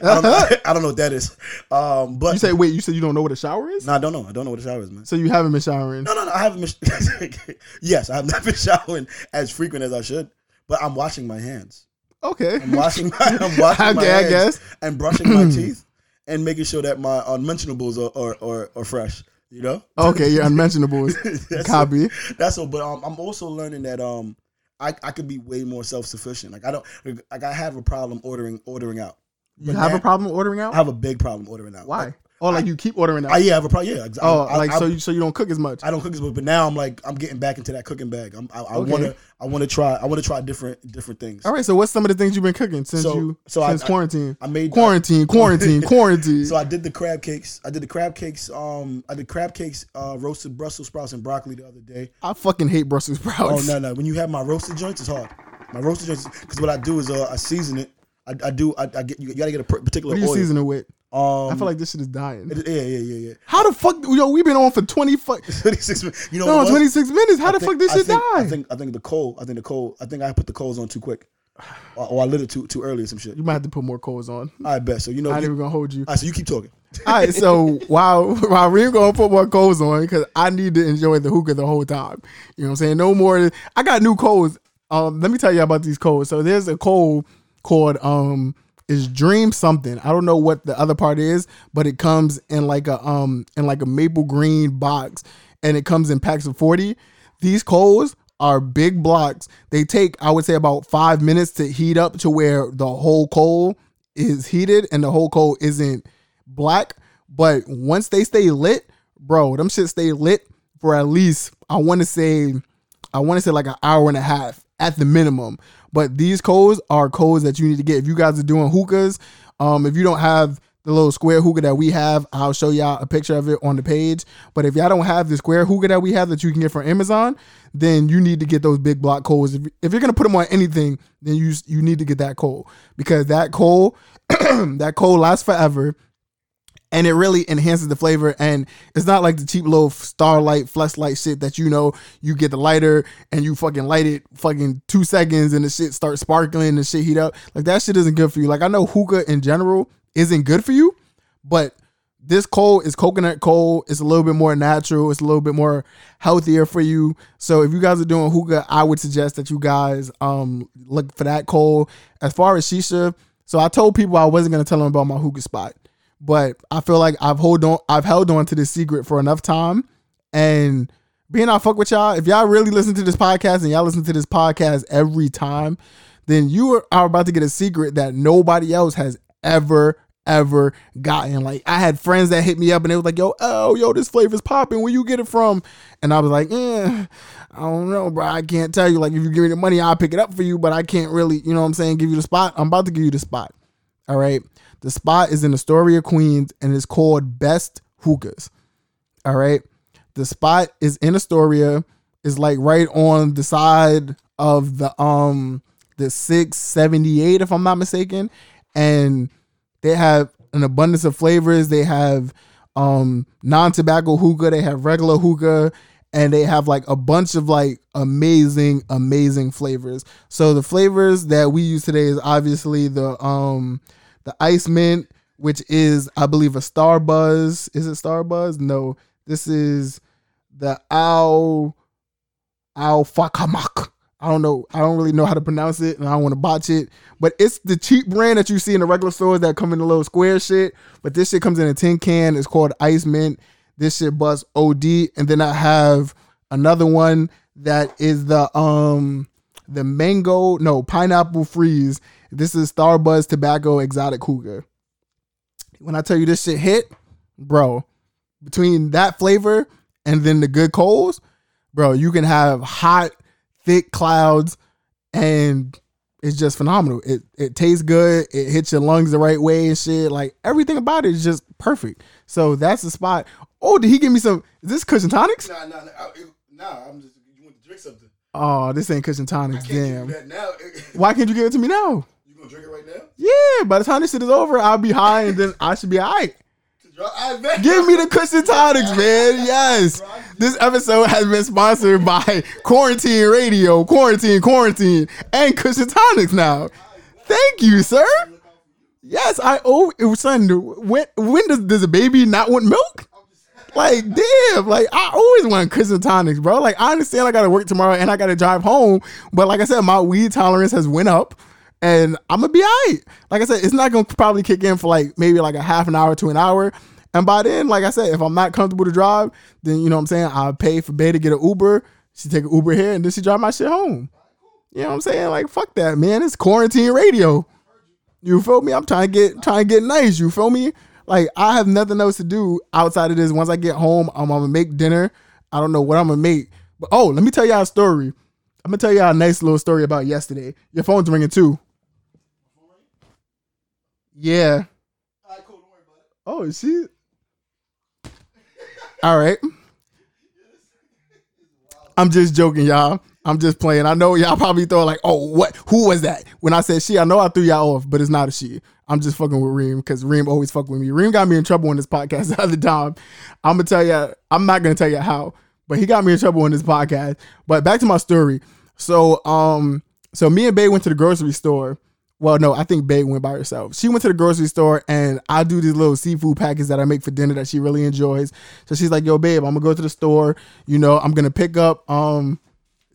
don't know, I don't know what that is. Um, but
You say wait. You said you don't know what a shower is?
no, I don't know. I don't know what a shower is, man.
So you haven't been showering?
No, no, no. I haven't been. yes, I have not been showering as frequent as I should, but I'm washing my hands.
Okay.
I'm washing my, I'm washing my
Okay, I
hands
guess.
and brushing my teeth and making sure that my unmentionables are are, are, are fresh. You know,
Okay, you're unmentionables.
That's
Copy.
that's all. But um, I'm also learning that um, I, I could be way more self sufficient. Like I don't like I have a problem ordering ordering out.
You have
now-
a problem ordering out?
I have a big problem ordering out.
Why?
Like,
Oh, like you keep ordering out.
I yeah, I have a problem. Yeah, ex- I-
oh,
I-
like
I-
so you so you don't cook as much.
I don't cook as much, but now I'm like I'm getting back into that cooking bag. I'm, I, I
Okay.
wanna I wanna try I wanna try different different things.
All right, so what's some of the things you've been cooking since
So-
you
so I-
since
I-
quarantine?
I made
quarantine, quarantine, quarantine.
so I did the crab cakes. I did the crab cakes. Um, I did crab cakes, uh, roasted Brussels sprouts and broccoli the other day.
I fucking hate Brussels
Oh
sprouts.
no no! When you have my roasted joints, it's hard. My roasted joints because what I do is uh, I season it. I, I do I, I get you gotta get a pr- particular
What are you
oil.
seasoning with?
Oh, Um,
I feel like this shit is dying.
it- yeah yeah yeah yeah.
How the fuck, yo? We've been on for twenty fuck,
Twenty six. You know what
no,
it was?
twenty six minutes. How the
think-
fuck this
I
shit
think, I
die?
think I think the coal. I think the coal. I think I put the coals on too quick, or, or I lit it too too early or some shit.
You might have to put more coals on.
I bet. So you know.
I ain't
you-
even gonna hold you.
All right, so you keep talking.
All right, so while while we're gonna put more coals on because I need to enjoy the hookah the whole time. You know what I'm saying? No more. I got new coals. Um, let me tell you about these coals. So there's a coal called um is dream something. I don't know what the other part is, but it comes in like a um in like a maple green box, and it comes in packs of forty. These coals are big blocks. They take I would say about five minutes to heat up to where the whole coal is heated and the whole coal isn't black. But once they stay lit, bro, them shit stay lit for at least I want to say, I want to say like an hour and a half at the minimum. But these codes are codes that you need to get if you guys are doing hookahs. Um, if you don't have the little square hookah that we have, I'll show y'all a picture of it on the page. But if y'all don't have the square hookah that we have that you can get from Amazon, then you need to get those big block coals. If, if you're gonna put them on anything, then you you need to get that coal because that coal that coal lasts forever and it really enhances the flavor. And it's not like the cheap little starlight, flashlight shit that you know you get the lighter and you fucking light it fucking two seconds and the shit starts sparkling and shit heat up. Like that shit isn't good for you. Like I know hookah in general isn't good for you, but this coal is coconut coal. It's a little bit more natural. It's a little bit more healthier for you. So if you guys are doing hookah, I would suggest that you guys um look for that coal. As far as shisha, so I told people I wasn't gonna tell them about my hookah spot, but I feel like I've hold on, I've held on to this secret for enough time, and being I fuck with y'all, if y'all really listen to this podcast and y'all listen to this podcast every time, then you are, are about to get a secret that nobody else has ever, ever gotten. Like I had friends that hit me up and they was like, yo, oh, yo, this flavor's popping. Where you get it from? And I was like, eh, I don't know, bro. I can't tell you. Like, if you give me the money, I'll pick it up for you, but I can't really, you know what I'm saying, give you the spot. I'm about to give you the spot. All right. The spot is in Astoria, Queens, and it's called Best Hookahs. All right. The spot is in Astoria. It's like right on the side of the um the 678, if I'm not mistaken. And they have an abundance of flavors. They have um non-tobacco hookah, they have regular hookah, and they have like a bunch of like amazing, amazing flavors. So the flavors that we use today is obviously the um the ice mint, which is I believe a star buzz. Is it star buzz? No. This is the Al Alfakamak. I don't know. I don't really know how to pronounce it, and I don't want to botch it. But it's the cheap brand that you see in the regular stores that come in the little square shit. But this shit comes in a tin can. It's called Ice Mint. This shit busts OD, and then I have another one that is the um the mango, no, pineapple freeze. This is Starbuzz Tobacco Exotic Cougar. When I tell you this shit hit, bro, between that flavor and then the good coals, bro, you can have hot, thick clouds and it's just phenomenal. It it tastes good. It hits your lungs the right way and shit. Like everything about it is just perfect. So that's the spot. Oh, did he give me some? Is this cushion tonics?
Nah, nah, nah, I, it- nah. I'm just you want to drink something.
Oh, this ain't cushion tonics.
Can't you
Damn.
do that now.
Why can't you give it to me now?
you gonna drink it right now?
Yeah. By the time this shit is over, I'll be high and then I should be alright.
I bet.
Give me the cushion tonics, man. Yes. This episode has been sponsored by Quarantine Radio, Quarantine, Quarantine, and Cushion Tonics now. Thank you, sir. Yes, I oh, owe son. When when does does a baby not want milk? Like damn, like I always want cushion tonics, bro. Like I understand I gotta work tomorrow and I gotta drive home, but like I said, my weed tolerance has went up, and I'm gonna be alright. Like I said, it's not gonna probably kick in for like maybe like a half an hour to an hour, and by then, like I said, if I'm not comfortable to drive, then you know what I'm saying I pay for Bay to get an Uber. She take an Uber here and then she drive my shit home. You know what I'm saying? Like fuck that, man. It's quarantine radio. You feel me? I'm trying to get trying to get nice. You feel me? Like I have nothing else to do outside of this. Once I get home, I'm, I'm gonna make dinner. I don't know what I'm gonna make. But oh, let me tell y'all a story. I'm gonna tell y'all a nice little story about yesterday. Your phone's ringing too. Yeah. Oh, is she? All right. I'm just joking, y'all. I'm just playing. I know y'all probably thought like, "Oh, what? Who was that?" When I said she, I know I threw y'all off, but it's not a she. I'm just fucking with Reem because Reem always fuck with me. Reem got me in trouble on this podcast the other time. I'm gonna tell you. I'm not gonna tell you how, but he got me in trouble on this podcast. But back to my story. So, um, so me and Bay went to the grocery store. Well, no, I think Bae went by herself. She went to the grocery store and I do these little seafood packets that I make for dinner that she really enjoys. So she's like, yo, babe, I'm gonna go to the store. You know, I'm gonna pick up um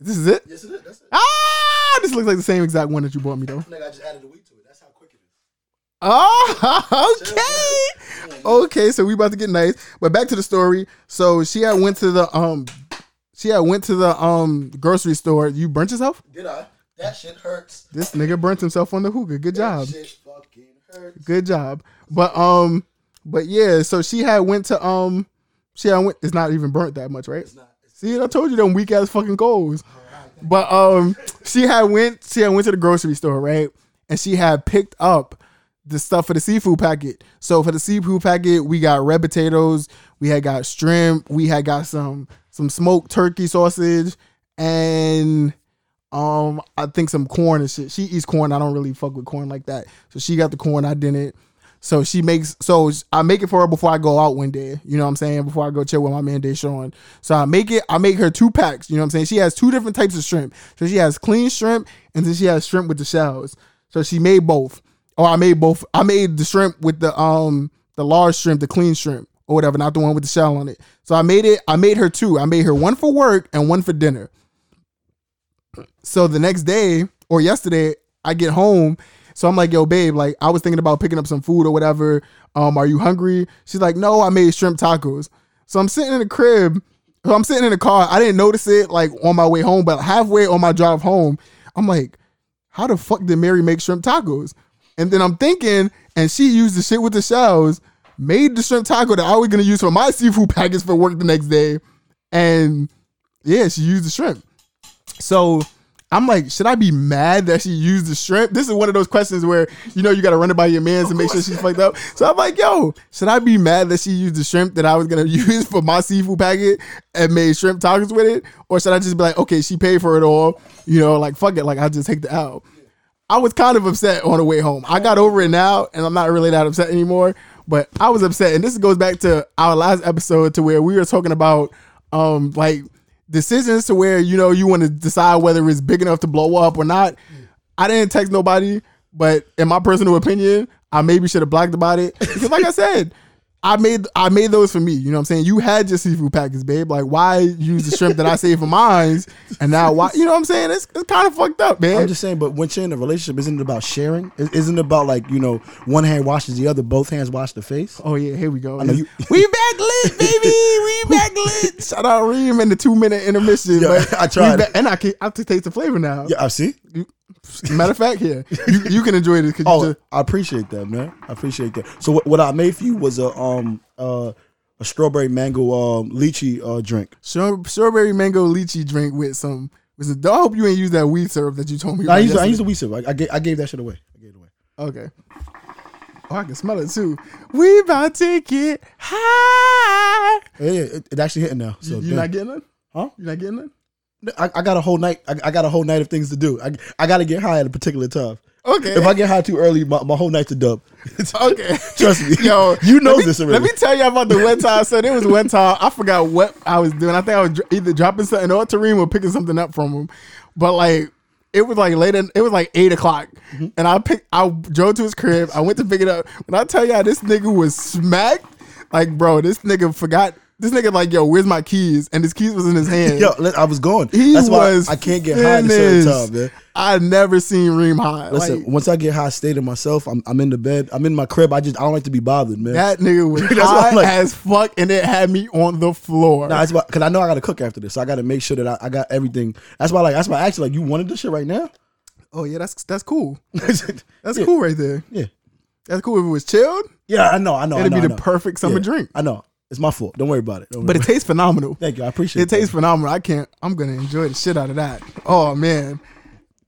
this is it?
Yes, it is. That's it.
Ah this looks like the same exact one that you bought me though.
Nigga, I just added the wheat to it. That's how quick it is.
Oh, okay. Okay, so we about to get nice. But back to the story. So she had went to the um she had went to the um grocery store. You burnt yourself?
Did I? That shit hurts.
This nigga burnt himself on the hookah. Good
That
job.
shit fucking hurts.
Good job. But um, but yeah. So she had went to um, she had went. It's not even burnt that much, right?
It's not. It's Oh,
See, I told you them weak ass fucking goals.
not.
But um, she had went. She had went to the grocery store, right? And she had picked up the stuff for the seafood packet. So for the seafood packet, we got red potatoes. We had got shrimp. We had got some some smoked turkey sausage, and um, I think some corn and shit. She eats corn. I don't really fuck with corn like that. So she got the corn. I didn't. So she makes. So I make it for her before I go out one day. You know what I'm saying? Before I go chill with my man Deshaun. So I make it. I make her two packs. You know what I'm saying? She has two different types of shrimp. So she has clean shrimp and then she has shrimp with the shells. So she made both. Oh, I made both. I made the shrimp with the um the large shrimp, the clean shrimp or whatever, not the one with the shell on it. So I made it. I made her two. I made her one for work and one for dinner. So the next day or yesterday, I get home. So I'm like, yo, babe, like I was thinking about picking up some food or whatever. Um, are you hungry? She's like, no, I made shrimp tacos. So I'm sitting in the crib. So I'm sitting in the car. I didn't notice it like on my way home, but halfway on my drive home, I'm like, how the fuck did Mary make shrimp tacos? And then I'm thinking, and she used the shit with the shells, made the shrimp taco that I was gonna use for my seafood packets for work the next day. And yeah, she used the shrimp. So I'm like, should I be mad that she used the shrimp? This is one of those questions where you know you gotta run it by your man's and make sure she's fucked up. So I'm like, yo, should I be mad that she used the shrimp that I was gonna use for my seafood packet and made shrimp tacos with it? Or should I just be like, okay, she paid for it all, you know, like fuck it, like I'll just take the L. I was kind of upset on the way home. I got over it now, and I'm not really that upset anymore. But I was upset, and this goes back to our last episode to where we were talking about um like decisions to where you know you want to decide whether it's big enough to blow up or not. I didn't text nobody, but in my personal opinion, I maybe should have blocked about it because, like I said. I made I made those for me. You know what I'm saying? You had your seafood packets, babe. Like why use the shrimp that I saved for mine and now why you know what I'm saying? It's, it's kind of fucked up, man.
I'm just saying, but when you're in a relationship, isn't it about sharing? I- Isn't it about like you know, one hand washes the other, both hands wash the face?
Oh yeah, here we go.
know you-
we back lit, baby. We back lit. Shout out Reem in the two minute intermission.
Yeah,
but
I tried.
we back- and I can I have to taste the flavor now.
Yeah, I see.
Matter of fact, here you, you can enjoy this because
Oh, I appreciate that, man. I appreciate that. So what, what I made for you was a um uh, a strawberry mango um lychee uh drink.
strawberry mango lychee drink with some. With some, I hope you ain't use that weed syrup that you told
I
me. about
used to, I
yesterday.
used to weed syrup. I, I gave I gave that shit away. I gave it away.
Okay. Oh, I can smell it too. We about to get high.
Yeah, yeah, it, it actually hitting now. So
you
Oh, damn.
you not getting it?
Huh?
You not getting it?
I, I got a whole night. I, I got a whole night of things to do. I, I got to get high at a particular time.
Okay.
If I get high too early, my, my whole night's a dub.
okay.
Trust me.
Yo,
You know
let me-
this already.
Let me tell you about the one time. So there was one time I forgot what I was doing. I think I was dr- either dropping something or Tareem or picking something up from him. But like it was like late. In, it was like eight o'clock,
Mm-hmm.
and I picked. I drove to his crib. I went to pick it up. When I tell y'all, this nigga was smacked. Like bro, this nigga forgot. This nigga like yo, where's my keys? And his keys was in his hand.
Yo, let- I was gone.
he
That's why
was.
I can't get high at a certain
finished.
time, man.
I never seen Reem high.
Listen,
like,
once I get high, I stay to myself. I'm, I'm in the bed. I'm in my crib. I just I don't like to be bothered, man.
that nigga was
That's why
high
I'm like-
as fuck, and it had me on the floor.
Nah, that's why because I know I gotta cook after this. So I gotta make sure that I, I got everything. That's why like that's why I asked you, like you wanted this shit right now.
Oh yeah, that's that's cool. That's
yeah,
cool right there.
Yeah,
That's cool. If it was chilled,
yeah. I know. I know. I
it'd
know,
be
I know.
the perfect summer
Yeah,
drink.
I know. It's my fault. Don't worry about it. Don't worry
But
about
it tastes phenomenal.
it. thank you. I appreciate
It tastes phenomenal. I can't. I'm gonna enjoy the shit out of that. Oh man,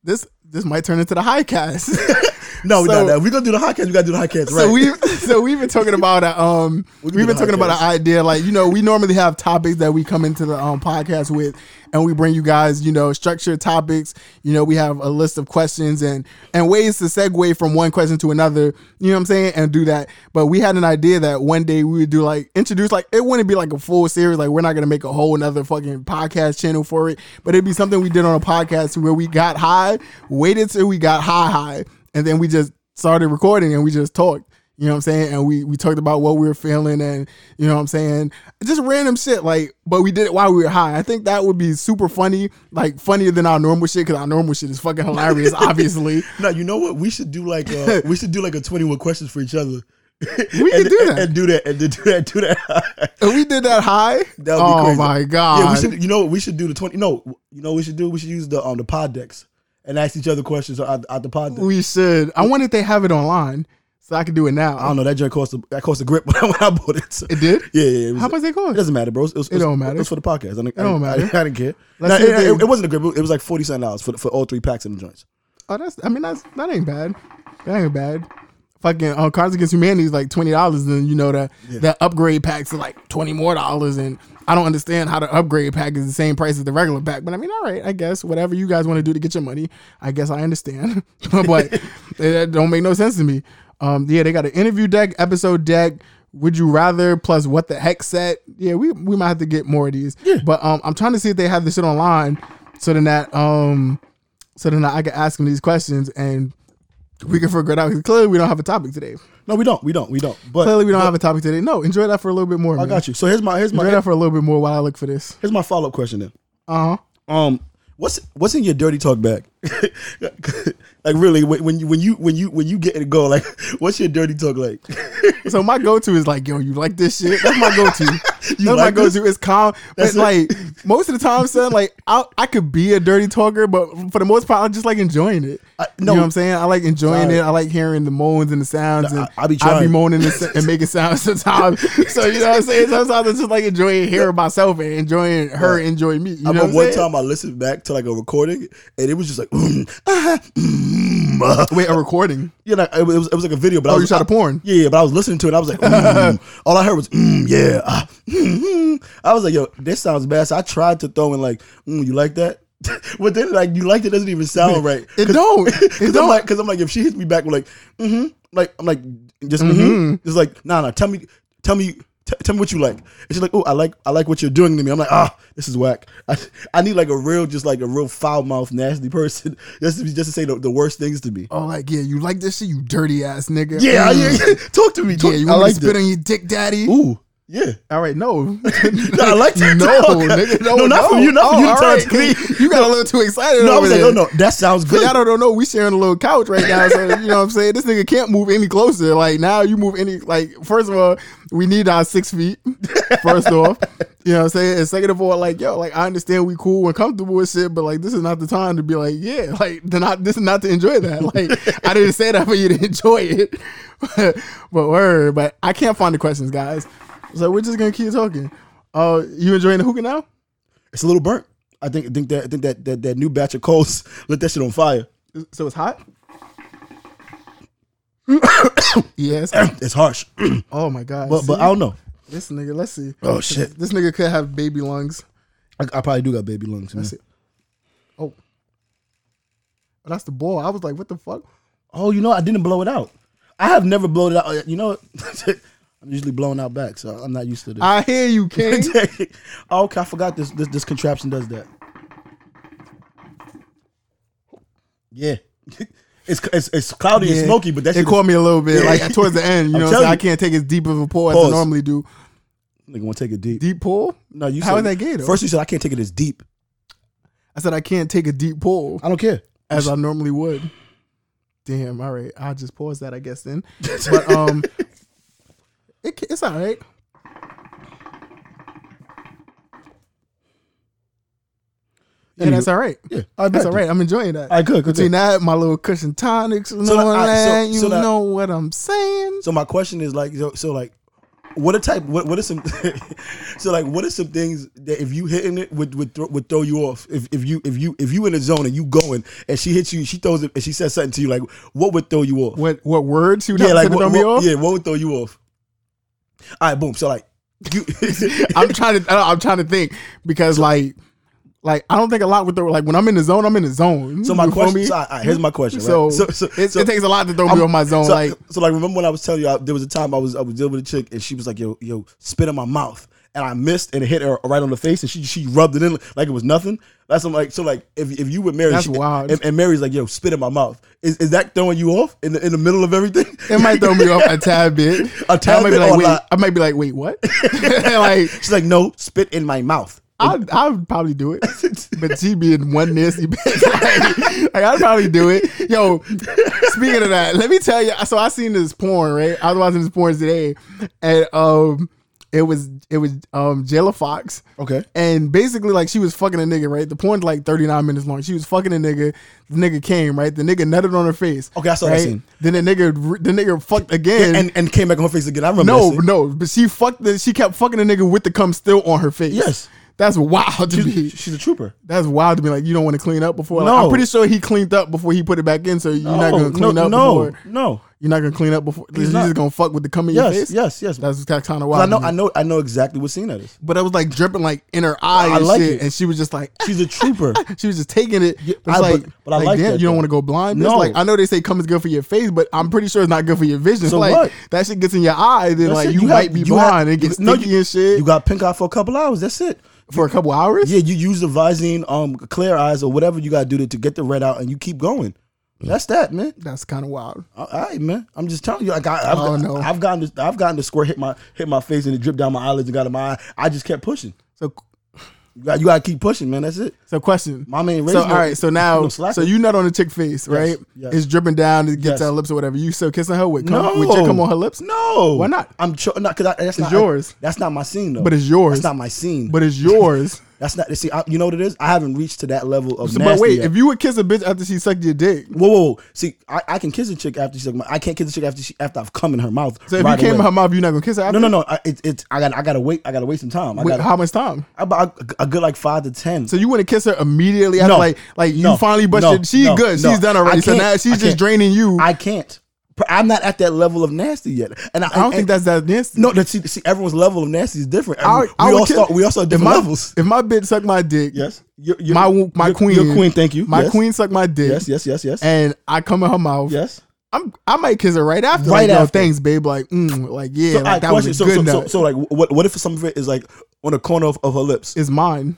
this this might turn into the high cast.
that. No,
so-
no, no. We gonna do the hot cats. We gotta do the hot cats. Right.
So we so we've been talking about uh, um
We
we
can
have
do
been
the
talking about
podcast.
an idea like you know we normally have topics that we come into the um podcast with and we bring you guys you know structured topics you know we have a list of questions and and ways to segue from one question to another you know what I'm saying and do that but we had an idea that one day we would do like introduce like it wouldn't be like a full series like we're not gonna make a whole another fucking podcast channel for it but it'd be something we did on a podcast where we got high waited till we got high high and then we just started recording and we just talked you know what I'm saying? And we we talked about what we were feeling and you know what I'm saying? Just random shit like but we did it while we were high. I think that would be super funny, like funnier than our normal shit cuz our normal shit is fucking hilarious obviously.
No, you know what? We should do like uh we should do like a twenty one questions for each other. we
could do that.
and do that and then do that do that.
If we did that high,
That would be
oh
crazy.
my god.
yeah, we should. You know what? We should do the twenty. No, you know what we should do. We should use the um the pod decks and ask each other questions out, out the pod. Deck.
We should. I wonder if they have it online so I could do it now.
I don't know. That joint cost a, that cost a grip when I bought it. So.
It did?
Yeah, yeah. It, was,
How much they
it
cost?
doesn't matter, bro. It, was, it, was-
don't matter.
It was for the podcast. I didn't, I
don't
didn't- I
matter.
didn't- I didn't care.
Let's
Nah,
see if
it,
they-
it wasn't a grip. It was like forty seven dollars for the- for all three packs of the joints.
Oh, that's I mean that's that ain't bad. That ain't bad. Fucking uh, Cards Against Humanity is like twenty dollars, and you know the the upgrade packs are like twenty more dollars, and I don't understand how the upgrade pack is the same price as the regular pack. But I mean, all right, I guess whatever you guys want to do to get your money, I guess I understand. but that don't make no sense to me. Um, yeah, they got an interview deck, episode deck. Would you rather plus what the heck set? Yeah, we we might have to get more of these.
Yeah.
But um, I'm trying to see if they have this shit online, so then that um so then I can ask him these questions and we can figure it out. 'Cause Clearly, we don't have a topic today.
No, we don't. We don't. We don't. But
Clearly, we don't have a topic today. No, enjoy that for a little bit more.
I got you. So here's my here's
Enjoy
my
that for a little bit more while I look for this.
here's my follow up question then.
Uh huh.
Um, what's what's in your dirty talk bag? like really, when, when you when you when you when you get it go, like what's your dirty talk like?
So my go to is like, yo, you like this shit? That's my go to. That's my
like
go
this?
to. It's calm.
That's
but
it?
like most of the time, son, like I I could be a dirty talker, but for the most part, I just like enjoying it.
I- Uh,
you
no.
know what I'm saying? I like enjoying
Sorry.
it. I like hearing the moans and the sounds,
No,
and
I- I be
I be
trying.
moaning and, s- and making sounds sometimes. so you know what I'm saying? Sometimes I just like enjoying hearing myself and enjoying her enjoy me. You
I
know
remember
what I'm
one
saying?
time I listened back to like a recording, and it was just like, mm, ah, mm, uh.
Wait, a recording?
you know, it was, it was it was like a video, but I
Oh, you
was
shot a porn?
yeah, yeah, but I was listening to it. and I was like, mm. all I heard was, mm, yeah. ah, mm, mm. I was like, yo, this sounds bad. So I tried to throw in like, mm, you like that? but then like, you liked it doesn't even sound right.
It don't. It
Because I'm
don't.
like, because I'm like, if she hits me back, with like, mm-hmm, like I'm like, just mm-hmm. just like, nah, nah. Tell me, tell me, t- tell me what you like. And she's like, oh, I like, I like what you're doing to me. I'm like, ah, this is whack. I, I need like a real, just like a real foul mouth, nasty person, just to be, just to say the, the worst things to me.
Oh, like yeah, you like this shit, you dirty ass nigga.
Yeah,
Mm.
yeah, yeah. Talk to me. Talk,
yeah. You
I
want
like
to spit
that.
on your dick, daddy?
Ooh, yeah.
All right, no,
No, I like that.
No,
dog.
nigga, no,
no, not from you. Not
Oh,
from you to
all
tell
right,
it to me.
You got a little too excited.
No, I
over
was like, "Oh,
there.
no, no, that sounds
But
good.
y'all don't, don't know. We sharing a little couch right now, so you know what I'm saying. This nigga can't move any closer. Like now, you move any like. First of all, we need our six feet. First off, You know what I'm saying? And second of all, like, yo, like I understand we cool and comfortable with shit, but like this is not the time to be like, yeah, like to not this is not to enjoy that. Like I didn't say that for you to enjoy it. but word, but I can't find the questions, guys. So we're just gonna keep talking. Uh you enjoying the hookah now?
It's a little burnt. I think I think that I think that that, that new batch of coals lit that shit on fire.
So it's hot? yes.
It's harsh,
Oh my god.
but but
See?
I don't know.
this nigga, let's see.
Oh, shit.
This nigga could have baby lungs.
I, I probably do got baby lungs. Man.
That's it. Oh. But that's the ball. I was like, what the fuck?
Oh, you know I didn't blow it out. I have never blown it out. Oh, You know, I'm usually blowing out back, so I'm not used to this.
I hear you, King.
oh, okay, I forgot this, this this contraption does that. Yeah, it's it's, it's cloudy and
Yeah.
smoky, but that
it
shit
caught me a little bit.
Yeah.
Like towards the end, you
I'm
know, what I'm
telling
saying? I
you.
can't take as deep of a pull as I
Pause.
normally do.
nigga want to take it deep.
Deep pull?
No, you said,
How is that gay, though?
First, you said I can't take it as deep.
I said I can't take a deep pull
I don't care.
as I normally would. Damn. All right. I'll just pause that, I guess. Then, but um, it, ca- it's all right. Yeah,
Anywho.
that's all right. Oh,
Yeah, I
That's
bet.
all right. I'm enjoying that.
All right, good, good,
Between
good.
that, my little cushion tonics, and
So,
all
all right, so-
that, you
so that-
know what I'm saying.
So my question is like, so, so like, what a type? What what are some? so like, what are some things that if you hitting it would would throw, would throw you off? If if you if you if you in the zone and you going and she hits you, she throws it and she says something to you like, what would throw you off?
What what words you
yeah,
yeah,
like
throw
what,
me
what-
off?
yeah, what would throw you off? All right, boom. So like, you
I'm trying to I'm trying to think because like like I don't think a lot with the like when I'm in the zone I'm in the zone.
so my
You feel
question.
me?
So, all right, here's my question. Right?
So, it, it takes a lot to throw me
I'm-
off my zone.
So,
like
so like remember when I was telling you I, there was a time I was I was dealing with a chick and she was like yo yo spit in my mouth and I missed and it hit her right on the face and she she rubbed it in like it was nothing. That's I'm like so like if, if you were Mary
That's
she-
wild.
and, and Mary's like yo spit in my mouth is, is that throwing you off in the in the middle of everything?
it might throw me off a tad bit.
A tad
I might
bit
be like,
or a
wait,
lot?
I might be like, wait, what? like
She's like no spit in my mouth.
I I would probably do it, but she being one nasty bitch, like, like, I'd probably do it. Yo, speaking of that, let me tell you. So I seen this porn, right? I was watching this porn today, and um, it was it was um Jayla Fox.
Okay.
And basically, like she was fucking a nigga, right? The porn's like 39 minutes long. She was fucking a nigga. The nigga came, right? The nigga nutted on her face.
Okay, I saw that
right?
scene.
Then the nigga, the nigga fucked again.
And and came back on her face again. I remember.
no,
that scene.
no, but she fucked. The, she kept fucking the nigga with the cum still on her face.
Yes.
that's wild to me.
She's, she's a trooper.
That's wild to be like, you don't want to clean up before. Like,
No.
I'm pretty sure he cleaned up before he put it back in, so you're not gonna clean
no,
up
no,
before.
no.
You're not gonna clean up before. You're
not.
just gonna fuck with the cum in your
Yes,
face.
yes, yes.
That's kind of wild.
I know,
to me.
I know, I know exactly what scene that is.
but it was like dripping like in her eye
I
and
like
shit,
it.
and she was just like,
She's a trooper.
she was just taking it.
I-
But it's like,
but- but I
like,
like
damn,
that,
you don't
though.
want to go blind. bitch.
No.
like I know they say cum is good for your face, but I'm pretty sure it's not good for your vision.
So
like
what?
that shit gets in your eye, then
That's
like
it.
you,
have-
might be
you have-
blind and get
no,
sticky and shit
You got pink eye for a couple hours. That's it.
for a couple hours.
Yeah, you use the Visine, um, clear eyes or whatever you got to do to, to get the red out, and you keep going. That's that, man.
That's kind of wild.
All right, man. I'm just telling you. Like I, I've, got,
Oh, no.
I've gotten, this, I've gotten the square hit my hit my face and it dripped down my eyelids and got in my eye. I just kept pushing.
So,
You got, you got to keep pushing, man. That's it.
so question.
My man.
So all right, so now,
no
so
slacker.
you nut on the chick face, right?
yes.
It's dripping down to get
Yes.
to her lips or whatever. You still kissing her with cum,
No,
with your cum on her lips,
No,
Why not?
I'm cho- not because that's not
yours.
that's not my scene though.
But it's yours.
That's not my scene.
but it's yours.
That's not. See, I, you know what it is. I haven't reached to that level of.
So,
nasty
but wait,
yet.
if you would kiss a bitch after she sucked your dick,
Whoa, whoa, whoa. See, I, I can kiss a chick after she's like, my- I can't kiss a chick after she after I've come in her mouth.
so if
right
you came
away.
in her mouth, you're not gonna kiss her. After?
no, no, no. I, it, it's I got I gotta wait. I gotta wait some time. I
Wait,
got
how much time?
about a, a good like five to ten.
So you want to kiss her immediately after,
No.
like, like you
No.
finally
No.
busted. she
No.
good.
No.
She's done already.
I
So
can't.
now she's
I
just
can't.
draining you. I,
I can't. Pr- I'm not at that level of nasty yet, and I,
don't
and-
think that's that nasty.
no. That see, see, everyone's level of nasty is different.
I-
Everyone-
I
we
would
all
kiss-
start. We all start
If
different
my,
levels.
if my bitch sucked my dick,
Yes. Your, your,
my wo- my
your-
queen,
Your queen. Thank you.
my
yes.
queen sucked my dick,
Yes. Yes. Yes. Yes.
and I come in her mouth,
yes.
I'm I might kiss her right after.
Right
like, yo,
after.
thanks, babe. Like, mm, like yeah,
So, I
like, that
question,
was
so,
a good
so, so,
nut.
so, like, what what if some of it is like on the corner of, of her lips?
it's mine.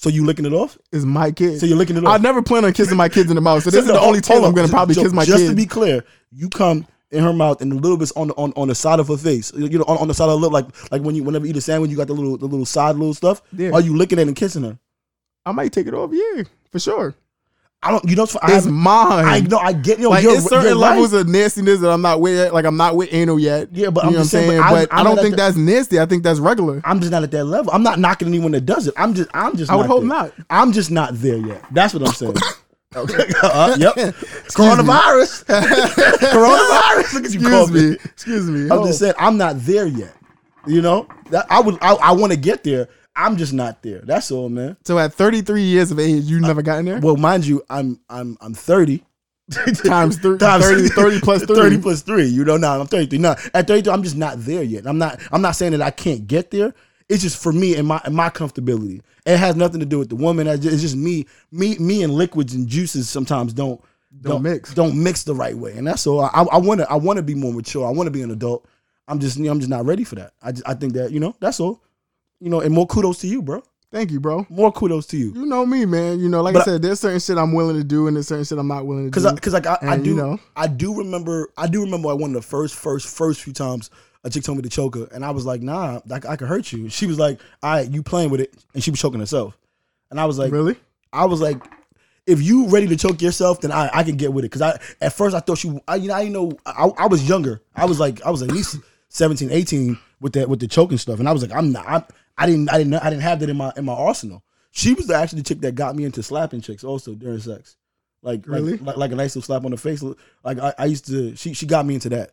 So you licking it off?
It's my kid.
So you're licking it off?
I never plan on kissing my kids in the mouth. So this
So
is the
no,
only
hold-
time
hold
I'm
on.
gonna
Ju-
probably
ju-
kiss my
Just
kids.
to be clear, you come in her mouth and a little bit's on the on, on the side of her face. You know, on, on the side of her lip, like like when you whenever you eat a sandwich, you got the little the little side little stuff.
Yeah.
Are you licking it and kissing her?
I might take it off. Yeah, for sure.
I don't. You know, I
It's
haven't-
mine.
I know. I get you. Know,
like
you're,
it's certain
you're
levels
right.
of nastiness that I'm not with. yet. Like I'm not with anal yet.
Yeah, but
you
I'm
know
just
what I'm
saying,
saying.
but I'm-
But I
I'm
don't
not
think
at
that's nasty. I think that's regular.
I'm just not at that level. I'm not knocking anyone that does it. I'm just. I'm just.
I would
not
hope
there.
not.
I'm just not there yet. That's what I'm saying. Okay. Uh, yep. Coronavirus. Coronavirus. Look at you
Excuse
calling
me. Excuse me. Oh.
I'm just saying I'm not there yet. You know that I would. I, I want to get there. I'm just not there. That's all, man.
so at 33 years of age, you never gotten there.
Well, mind you, I'm I'm I'm 30.
Times three- 30 30 plus three.
30 plus 3. You know, now I'm 33. Now, at 32, I'm just not there yet. I'm not I'm not saying that I can't get there. It's just for me and my and my comfortability. It has nothing to do with the woman. It's just, it's just me me me and liquids and juices sometimes don't
Don't mix.
Don't mix the right way. And that's all. I I want to I want to be more mature. I want to be an adult. I'm just I'm just not ready for that. I just, I think that, you know, that's all. You know, and more kudos to you, bro.
Thank you, bro.
More kudos to you.
You know me, man. You know, like I
But-
said, there's certain shit I'm willing to do, and there's certain shit I'm not willing to
Cause,
do.
I, cause like I, I
And,
do,
you know.
I do remember, I do remember like one of the first, first, first few times a chick told me to choke her, and I was like, nah, I, I could hurt you. She was like, all right, you playing with it, and she was choking herself, and I was like,
really?
I was like, if you ready to choke yourself, then I, I can get with it. Cause I, at first I thought she, I, you know, I didn't know, I, I was younger. I was like, I was at least 17, 18 with that, with the choking stuff. And I was like, I'm not, I'm, I didn't, I didn't, I didn't have that in my, in my arsenal. She was actually the chick that got me into slapping chicks also during sex. Like, like-
Really?
Like, like, a nice little slap on the face. Like I, I used to, she, she got me into that.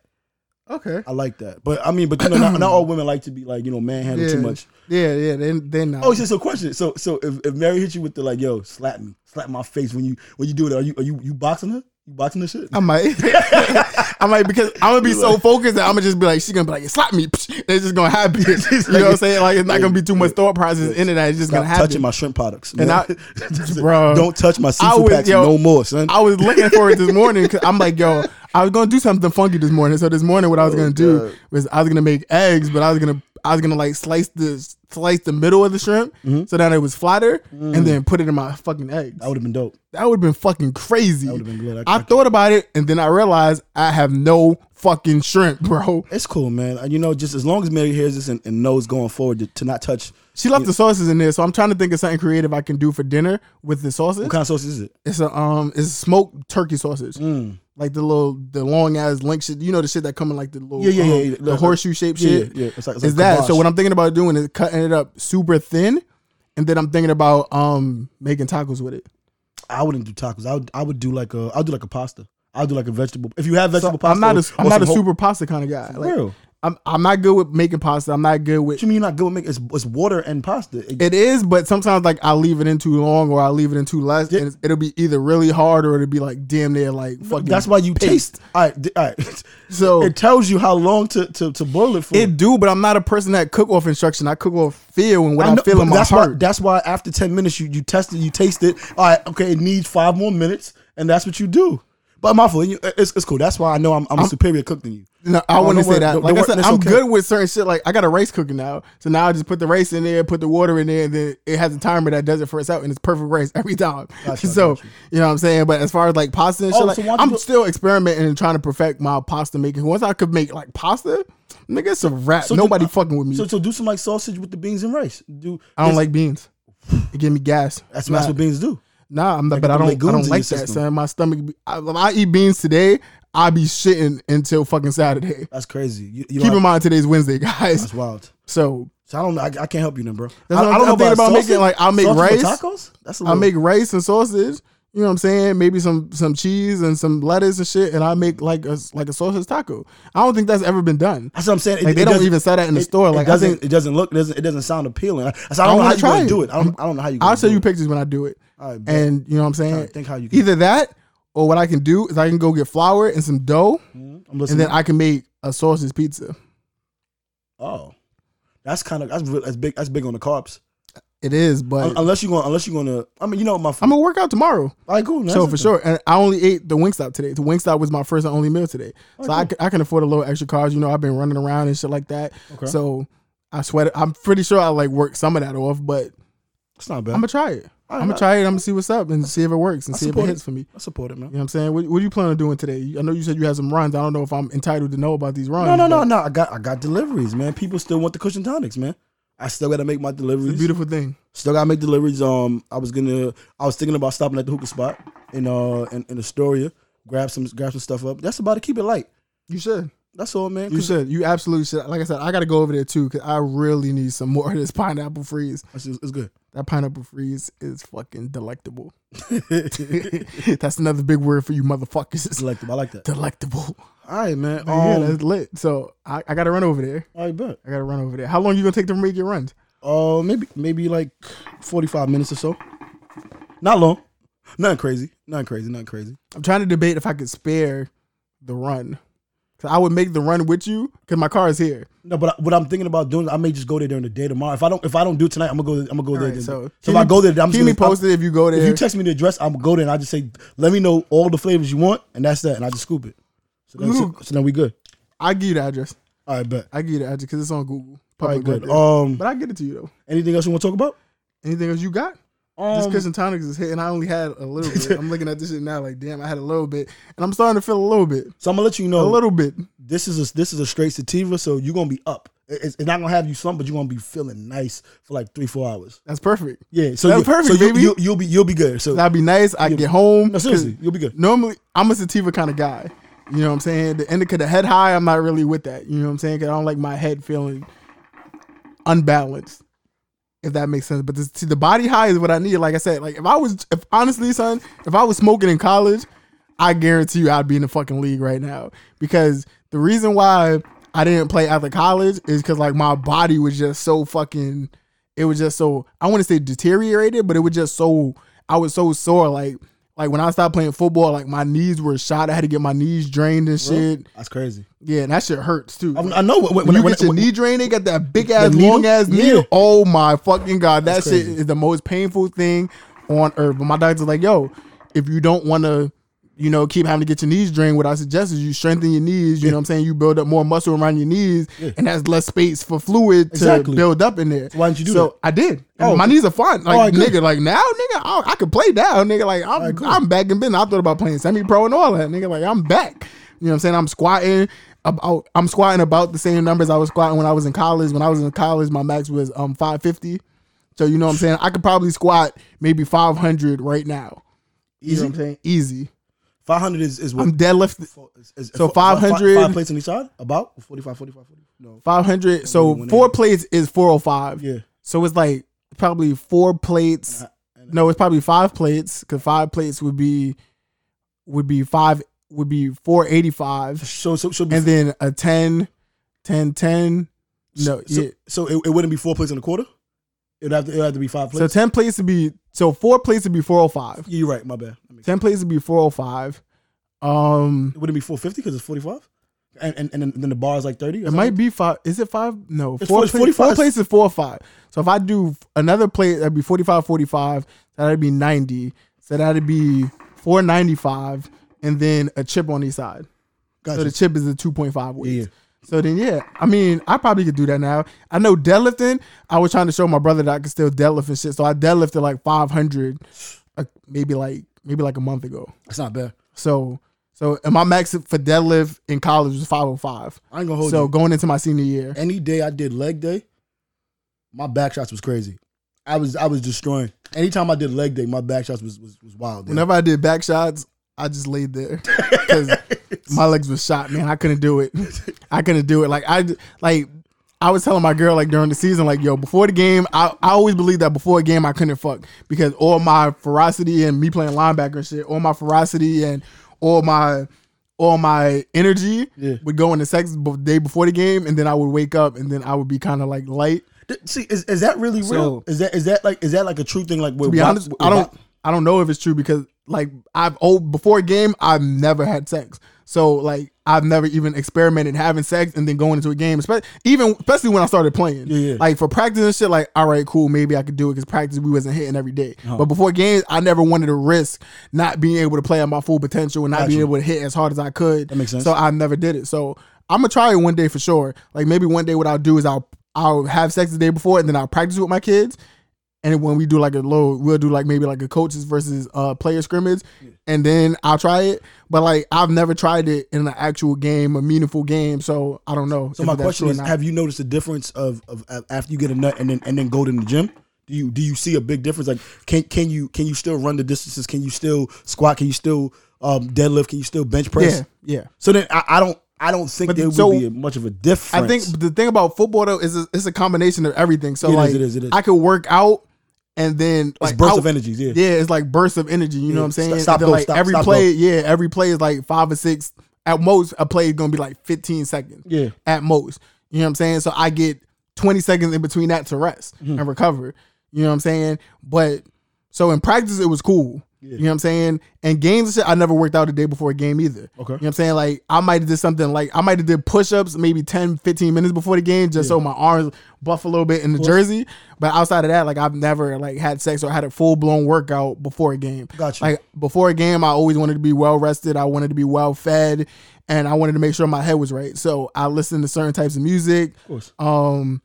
Okay.
I like that. But I mean, but you know, not, not all women like to be like, you know, manhandled
Yeah.
too much.
Yeah, yeah. They, they're not.
Oh, so so question. So so if, if Mary hits you with the like, yo, slap me, slap my face when you when you do it, are you are you you boxing her? You boxing the shit?
I might. I might because I'm gonna be so focused that I'm gonna just be like, she's gonna be like, slap me. Psh, It's just gonna happen. you know what I'm saying? Like, it's not gonna be too much thought process into that. It's just
Stop
gonna happen.
touching my shrimp products.
And
man.
I-
Just-
Bro.
don't touch my
I
seafood
would-
packs
yo,
no more, son.
I was looking for it this morning because I'm like, yo, I was gonna do something funky this morning. So this morning, what I was gonna do
Oh, God.
was I was gonna make eggs, but I was gonna I was gonna like slice the slice the middle of the shrimp so that it was flatter, and then put it in my fucking
Mm-hmm. Mm.
eggs.
that would have been dope.
That would have been fucking crazy.
would've been good. I-
I,
I-
thought about it, and then I realized I have no fucking shrimp, bro.
It's cool, man. And You know, just as long as Mary hears this and, and knows going forward to, to not touch
She left the sauces in there, so I'm trying to think of something creative I can do for dinner with the sauces.
what kind of sauce is it?
It's a um, it's smoked turkey sausage,
Mm.
like the little the long ass link shit. You know the shit that come in like the little
Yeah, yeah,
um,
yeah, yeah.
the horseshoe shaped
Yeah,
shit.
yeah, yeah. It's like- it's
is
like
that?
kibosh.
So what I'm thinking about doing is cutting it up super thin, and then I'm thinking about um making tacos with it.
I wouldn't do tacos. I would I would do like a I'll do like a pasta. I'll do like a vegetable. If you have vegetable pasta,
I'm not
or-
a I'm
or
not
some
a
whole-
super pasta kind of guy. Like,
real.
I'm I'm not good with making pasta. I'm not good with
What you mean you're not good with making it's, it's water and pasta. It-
It is, but sometimes like I leave it in too long or I leave it in too less, and it's- it'll be either really hard or it'll be like damn near like fucking.
that's why you
paste.
taste. All right, di- all right.
So
it
it,
tells you how long to, to, to boil Oh. it for.
do, but I'm not a person that cook off instruction. I cook off feel and what
I
I,
know-
feel in
but
my
that's
heart.
Why, that's why after ten minutes you you test it, you taste it. All right, okay, it needs five more minutes, and that's what you do. But my fault. you- It's, it's cool. That's why I know I'm, I'm, a superior cook than you.
No, I
Oh,
wouldn't
no wor-
say that.
no-
like
no
I
wor-
said,
that's
I'm
okay.
good with certain shit. Like I got a rice cooker now, so now I just put the rice in there, put the water in there, and then it has a timer that does it for us out, and it's perfect rice every time.
Gotcha,
so
gotcha.
you know what I'm saying. But as far as like pasta and shit,
Oh,
like,
so why don't
I'm
you-
still experimenting and trying to perfect my pasta making. Once I could make like pasta, nigga, it's a wrap.
do-
Nobody
uh,
fucking with me.
So so do some like sausage with the beans and rice. Do
I don't
this-
like beans. It give me gas.
that's, that's
Nah.
what beans do.
Nah, I'm not,
Like
but I
the
don't. I
legumes
don't
in your
like that,
system.
son. My stomach. be- I, if I eat beans today, I be shitting until fucking Saturday.
That's crazy. You, you
Keep
know,
in mind today's Wednesday, guys.
that's wild.
So
So I don't know. I, I can't help you then, bro.
That's what
I,
I'm-
I don't
I'm thinking about
sausage?
making, like, I'll make
Sausage with
rice.
Tacos. That's a
I
little.
make rice and sausage. You know what I'm saying? Maybe some some cheese and some lettuce and shit, and I make like a like a sausage taco. I don't think that's ever been done.
That's what I'm saying. It-
Like they
it
don't
doesn't-
even sell that in the
it-
store.
it
Like I
doesn't
think,
it doesn't look it doesn't it doesn't sound appealing. I, so I
I
don't know
wanna
how you
try
gonna
it.
do it. I don't I don't know how you. Gonna
I'll show
do
you
It.
pictures when I do it.
All right, bet.
and you know what I'm
trying
saying?
to think how you can-
Either that, or what I can do is I can go get flour and some dough,
Hmm? I'm
and
listening.
then I can make a sausage pizza.
oh, that's kind of that's real- that's big that's big on the carbs.
It is,
Un-
but
unless you going unless you gonna I mean you know my
I'm
food.
gonna work out tomorrow.
All right, cool. man,
so
that's
for
it.
sure, and I only ate the Wingstop today. The Wingstop was my first and only meal today,
Oh,
so I, c- I can afford a little extra carbs. You know, I've been running around and shit like that.
Okay.
So I sweat. I'm pretty sure I like work some of that off, but
it's not bad.
I'm gonna try it.
All
I'm
right,
gonna
I-
try it. I'm gonna see what's up and see if it works and see if it
support
hits for me.
I support it, man.
You know what I'm saying? What, what are you planning on doing today? You- I know you said you had some runs. I don't know if I'm entitled to know about these runs.
No, no,
but
no, no. I got I got deliveries, man. People still want the cushion tonics, man. I still gotta make my
It's
deliveries.
a beautiful thing.
Still gotta make deliveries. Um, I was gonna I was thinking about stopping at the hookah spot. in uh in, in Astoria. Grab some grab some stuff up. That's about to keep it light.
You should.
That's all, man.
You
'Cause
should. You absolutely should. Like I said, I got to go over there too because I really need some more of this pineapple freeze.
It's, it's good.
That pineapple freeze is fucking delectable. That's another big word for you motherfuckers.
Selective. I like that.
Delectable.
All right, man.
yeah,
Um,
that's lit. So I, I got to run over there.
I bet.
I got to run over there. How long you gonna take to make your runs?
Uh, maybe maybe like forty five minutes or so. Not long. Nothing crazy. Nothing crazy. Nothing crazy.
I'm trying to debate if I could spare the run. Cause I would make the run with you because my car is here.
No, but I, what I'm thinking about doing, I may just go there during the day tomorrow. If I don't, if I don't do it tonight, I'm gonna go. I'm gonna go there.
Alright,
again.
so
so if I
keep-
go there, I'm just
Keep me
gonna, I'm-
posted if you go there.
If you text me the address, I'm gonna go there and I just say, let me know all the flavors you want, and that's that, and I just scoop it. So then, so,
Luke.
so then we good.
I give you the address.
All right, bet.
I give you the address because it's on Google.
All
Public
right, good.
record.
Um,
but I get it to you though.
anything else you want to talk about?
Anything else you got? this
Um,
Christian tonics is hitting. I only had a little bit. I'm looking at this shit now, like damn, I had a little bit, and I'm starting to feel a little bit,
so I'm gonna let you
a
know
little bit.
this is a this is a straight sativa, so you're gonna be up. It- It's, it's not gonna have you slump, but you're gonna be feeling nice for like three four hours.
That's perfect.
Yeah, so
That's
you,
perfect,
so you,
baby.
You, you'll be you'll be good. So
That'd be nice. I get home.
no, seriously, you'll be good.
Normally, I'm a sativa kind of guy. You know what I'm saying? The indica, the head high, I'm not really with that. You know what I'm saying? 'Cause I don't like my head feeling unbalanced, if that makes sense. But this, see, the body high is what I need. Like I said, like if I was, if honestly, son, if I was smoking in college, I guarantee you I'd be in the fucking league right now. Because the reason why I didn't play after college is because like my body was just so fucking. It was just so I want to say deteriorated, but it was just so I was so sore. Like like when I stopped playing football, like my knees were shot. I had to get my knees drained and shit.
That's crazy.
Yeah, and that shit hurts too.
I, I know when, when,
when you
when-
get your
when-
knee drained, they got that big ass,
needle?
long ass needle.
Yeah.
Oh my fucking god, that
That's
shit
crazy.
is the most painful thing on earth. But my doctor's like, yo, if you don't want to, you know, keep having to get your knees drained, what I suggest is you strengthen your knees. You know what I'm saying? You build up more muscle around your knees, and that's less space for fluid to
Exactly.
build up in there.
why didn't you do
so
that?
I did.
Oh,
my
okay.
knees are fine. Like
Alright, good.
nigga, like now, nigga, I, I could play now, nigga. Like I'm,
Alright, cool.
I'm back in business. I thought about playing semi pro and all that, nigga. Like I'm back. You know what I'm saying? I'm squatting about. I'm squatting about the same numbers I was squatting when I was in college. When I was in college, my max was um 550. So you know what I'm saying? I could probably squat maybe 500 right now. You know what I'm saying? Easy.
Five hundred is is what.
I'm deadlift
is- is-
so
fi- fi-
500
Five plates on each side. About 45, 45, 40. No.
500. So
One
four oh plates is 405.
Yeah.
So it's like probably four plates.
And-
No, it's probably five plates because five plates would be would be five would be four eighty five,
So so so be-
and then a 10, 10, 10. No,
so, so,
uh, yeah.
so it, it wouldn't be four plates and a quarter. It'd have to it'd have to be five
So
plates.
ten plates would be so four plates would be four hundred five.
Yeah, you're right. My bad. That makes-
Ten plates would be four hundred five. Um,
It wouldn't be four fifty because it's forty five, and and and then- then the bar is like thirty.
It might be five. Is it five? No,
It's
four,
forty-
plates, four
45.
plates is four or five. So if I do f- another plate, that'd be 45, 45. That'd be 90. So that'd be 495. And then a chip on each side. So the
Gotcha.
chip is the 2.5 weights.
Yeah.
So then, yeah, I mean, I probably could do that now. I know deadlifting, I was trying to show my brother that I could still deadlift and shit. So I deadlifted like 500, uh, maybe like maybe like a month ago.
That's not bad.
So, so and my max for deadlift in college was 505.
I ain't gonna hold
so
you.
going into my senior year,
Any day I did leg day, my back shots was crazy. I was I was destroying. Anytime I did leg day, my back shots was was, was wild. dude.
Whenever I did back shots, I just laid there because my legs was shot, man. I couldn't do it. I couldn't do it. Like I like I was telling my girl like during the season, like yo, before the game, I, I always believed that before a game I couldn't fuck because all my ferocity and me playing linebacker and shit, all my ferocity and all my all my energy
Yeah.
would go into sex the day before the game, and then I would wake up and then I would be kind of like light.
Th- See, is, is that really
So-
real? Is that is that like is that like a true thing? Like,
To be honest, I don't I don't know if it's true because like I've oh before a game I've never had sex. So like I've never even experimented having sex and then going into a game, especially even especially when I started playing.
Yeah, yeah.
Like for practice and shit, like all right, cool, maybe I could do it because practice we wasn't hitting every day.
Uh-huh.
But before games, I never wanted to risk not being able to play at my full potential and not being able to hit as hard as I could. That
makes sense.
So I never did it. So I'm gonna try it one day for sure. Like maybe one day what I'll do is I'll I'll have sex the day before and then I'll practice with my kids and when we do like a low, we'll do like maybe like a coaches versus uh player scrimmage, and then I'll try it. But like I've never tried it in an actual game, a meaningful game, so I don't know.
So my question is: Have you noticed the difference of, of, of after you get a nut and then and then go to the gym? Do you do you see a big difference? Like can can you can you still run the distances? Can you still squat? Can you still um, deadlift? Can you still bench press?
Yeah, yeah.
So then I, I don't I don't think
But
there
so-
would be much of a difference.
I think the thing about football though is it's, it's a combination of everything. So
It is,
like
it is, it is.
I could work out and then
it's
like
bursts
I'll-
of energies. Yeah.
Yeah, it's like bursts of energy. You know
Yeah,
what I'm saying?
stop- stop,
And then,
go,
like
stop,
every
stop,
play, yeah, every play is like five or six. At most, a play is gonna be like 15 seconds.
Yeah.
At most. You know what I'm saying? So I get 20 seconds in between that to rest
Mm-hmm.
and recover. You know what I'm saying? But so in practice it was cool. You know what I'm saying? And games and shit, I never worked out a day before a game either.
Okay.
You know what I'm saying? Like I might have did something like I might have did push-ups maybe 10, 15 minutes before the game just so my arms buff a little bit in the jersey. But outside of that, like I've never like had sex or had a full blown workout before a game.
Gotcha.
Like before a game, I always wanted to be well rested. I wanted to be well fed and I wanted to make sure my head was right. So I listened to certain types of music. Of
course.
Um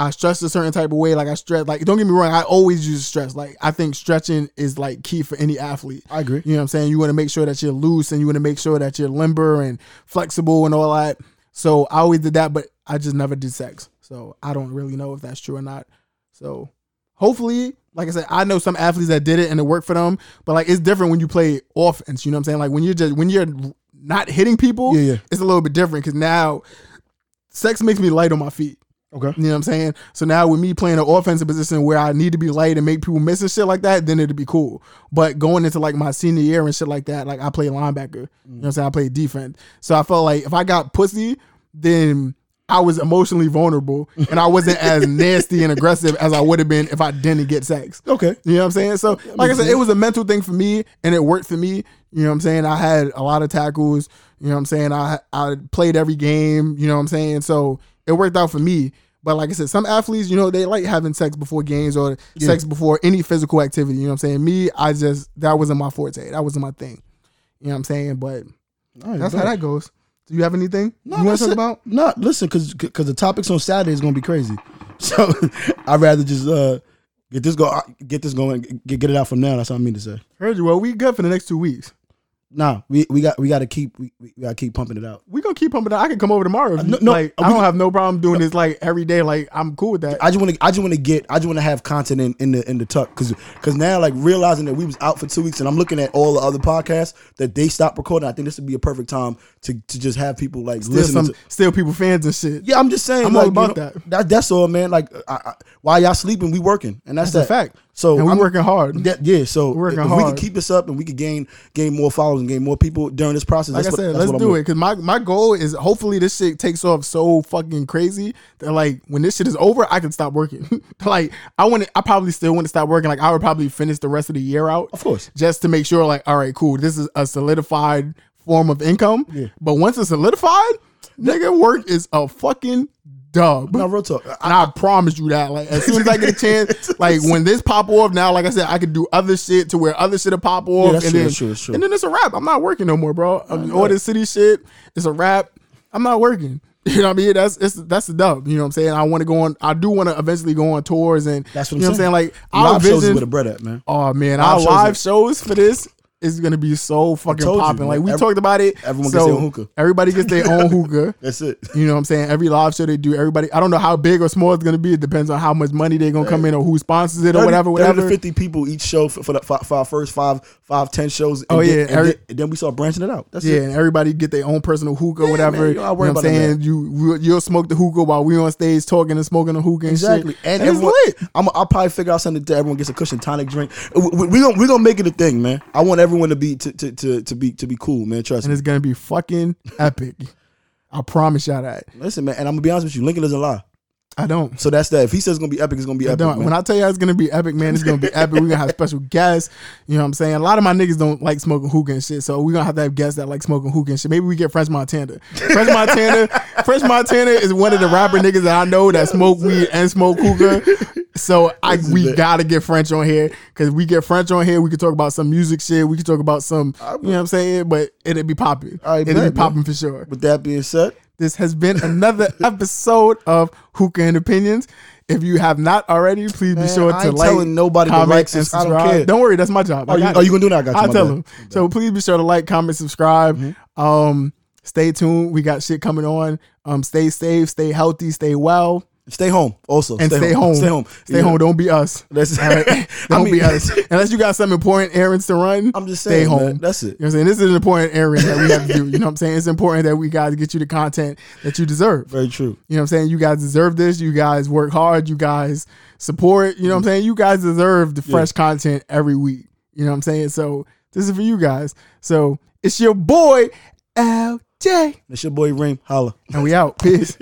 I stressed a certain type of way. Like I stress like don't get me wrong, I always use stress. Like I think stretching is like key for any athlete.
I agree.
You know what I'm saying? You want to make sure that you're loose and you want to make sure that you're limber and flexible and all that. So I always did that, but I just never did sex. So I don't really know if that's true or not. So hopefully, like I said, I know some athletes that did it and it worked for them, but like it's different when you play offense. You know what I'm saying? Like when you're just when you're not hitting people,
Yeah, yeah.
it's a little bit different because now sex makes me light on my feet.
Okay.
You know what I'm saying? So now with me playing an offensive position where I need to be light and make people miss and shit like that, then it'd be cool. But going into like my senior year and shit like that, like I play linebacker. You know what I'm saying? I play defense. So I felt like if I got pussy, then I was emotionally vulnerable and I wasn't as nasty and aggressive as I would have been if I didn't get sex.
Okay.
You know what I'm saying? So, like I
makes
said, it was a mental thing for me, and it worked for me. You know what I'm saying? I had a lot of tackles. You know what I'm saying? I I played every game. You know what I'm saying? So it worked out for me. But like I said, some athletes, you know, they like having sex before games or sex before any physical activity. You know what I'm saying? Me, I just that wasn't my forte. That wasn't my thing. You know what I'm saying? But
All right,
that's
bet.
how that goes. Do you have anything you want
that's
to talk
it.
about?
No, listen, because because the topics on Saturday is gonna be crazy. So I'd rather just uh get this go get this going get, get it out from now. That's what I mean to say.
Heard you. Well, we good for the next two weeks.
Nah, we, we got we got to keep we, we got to keep pumping it out.
We gonna keep pumping. it out. I can come over tomorrow. If
no,
you-
no,
like
we
I don't
can-
have Uh, no problem doing this like every day. Like I'm cool with that.
I just want to I just want to get I just want to have content in, in the in the tuck because because now like realizing that we was out for two weeks and I'm looking at all the other podcasts that they stopped recording. I think this would be a perfect time to to just have people like listen
There's some
to.
still people fans and shit.
Yeah, I'm just saying.
I'm all
like, you
about
know,
that.
that. That's all, man. Like, I, I, while y'all sleeping, we working, and that's,
That's a
that.
fact.
So
and we
I'm-
working hard.
That, yeah, so
We're working
if we
hard.
could keep this up and we could gain gain more followers and gain more people during this process,
like I
that's what-
said,
that's
let's
what
do
I'm
it. Cause my, my goal is hopefully this shit takes off so fucking crazy that like when this shit is over, I can stop working. like I want to, I probably still want to stop working. Like I would probably finish the rest of the year out.
Of course.
Just to make sure like, all right, cool. This is a solidified form of income.
Yeah.
But once it's solidified, nigga work is a fucking dub.
Now, real talk.
And I promise you that, like, as soon as I get a chance, like, when this pop off now, like I said, I can do other shit to where other shit will pop off,
that's
and
true,
then
that's true, that's true.
and then it's a wrap. I'm not working no more, bro. Um, all this city shit, it's a wrap. I'm not working. You know what I mean? That's it's, that's the dub. You know what I'm saying? I want to go on. I do want to eventually go on tours, and
That's what
you
I'm
know
saying.
Like, our
Live shows is
vision-
where the bread at, man.
Oh man,
Live
our
shows
live
are-
shows for this is gonna be so fucking
told you,
popping. Like
man.
we
Every-
talked about it.
everyone gets their own hookah.
Everybody gets their own hookah.
That's it.
You know what I'm saying? Every live show they do, everybody. I don't know how big or small it's gonna be. It depends on how much money they're gonna come in or who sponsors it
30
or whatever,
30
whatever.
to 50 people each show for, for, the, for, for our first five, five, ten shows. And
Oh,
then,
yeah,
And,
every-
then, and then we start branching it out. That's
Yeah,
it.
and everybody get their own personal hookah,
man,
whatever.
you
you
don't
know what
worry
I'm
about
saying? You we'll- you'll smoke the hookah while we on stage talking and smoking the hookah and
Exactly,
shit.
and,
it's
everyone,
lit.
I'm, I'll probably figure out something that everyone gets a cushion tonic drink. We, we, we gonna we gonna make it a thing, man. I want everyone to be to to, to, to be to be cool, man. Trust
And
me.
it's gonna be fucking epic. I promise y'all that.
Listen, man, and I'm gonna be honest with you. Lincoln doesn't lie,
I don't.
so that's that. If he says it's gonna be epic, it's gonna be
I
epic.
don't.
man.
When I tell you all it's gonna be epic, man, it's gonna be epic. We're gonna have special guests. You know what I'm saying? A lot of my niggas don't like smoking hookah and shit, so we're gonna have to have guests that like smoking hookah and shit. Maybe we get French Montana. French Montana, French Montana is one of the rapper niggas that I know that smoke weed and smoke hookah. So I we
lit.
gotta get French on here because we get French on here, we can talk about some music shit, we can talk about some, you know what I'm saying? But it'd be popping.
I
It'd
bet,
be
man.
popping for sure.
With that being said,
This has been another episode of Hookah and Opinions. If you have not already, please be
Man,
sure to
I ain't
like,
telling nobody to
comment,
like,
and
sus- I don't
subscribe.
care.
worry, that's my job. I
oh, you,
got
oh,
it.
you gonna do that? I got you.
I'll
my
tell
bad. Mm-hmm.
them. So please be sure to like, comment, subscribe. Um, stay tuned. We got shit coming on. Um, stay safe, stay healthy, stay well.
Stay home also.
and stay, home.
Stay home.
Stay home. Don't be us.
That's
All right? Don't
I mean,
be us. Unless you got some important errands to run.
I'm just
stay
saying.
home.
man, that's it.
You know what I'm saying? This is an important area that we have to do. You know what I'm saying? It's important that we guys get you the content that you deserve.
Very true.
You know what I'm saying? You guys deserve this. You guys work hard. You guys support. You know what I'm saying? You guys deserve the fresh content every week. You know what I'm saying? So this is for you guys. So it's your boy, LJ.
That's your boy Reem. Holla.
And we out. Peace.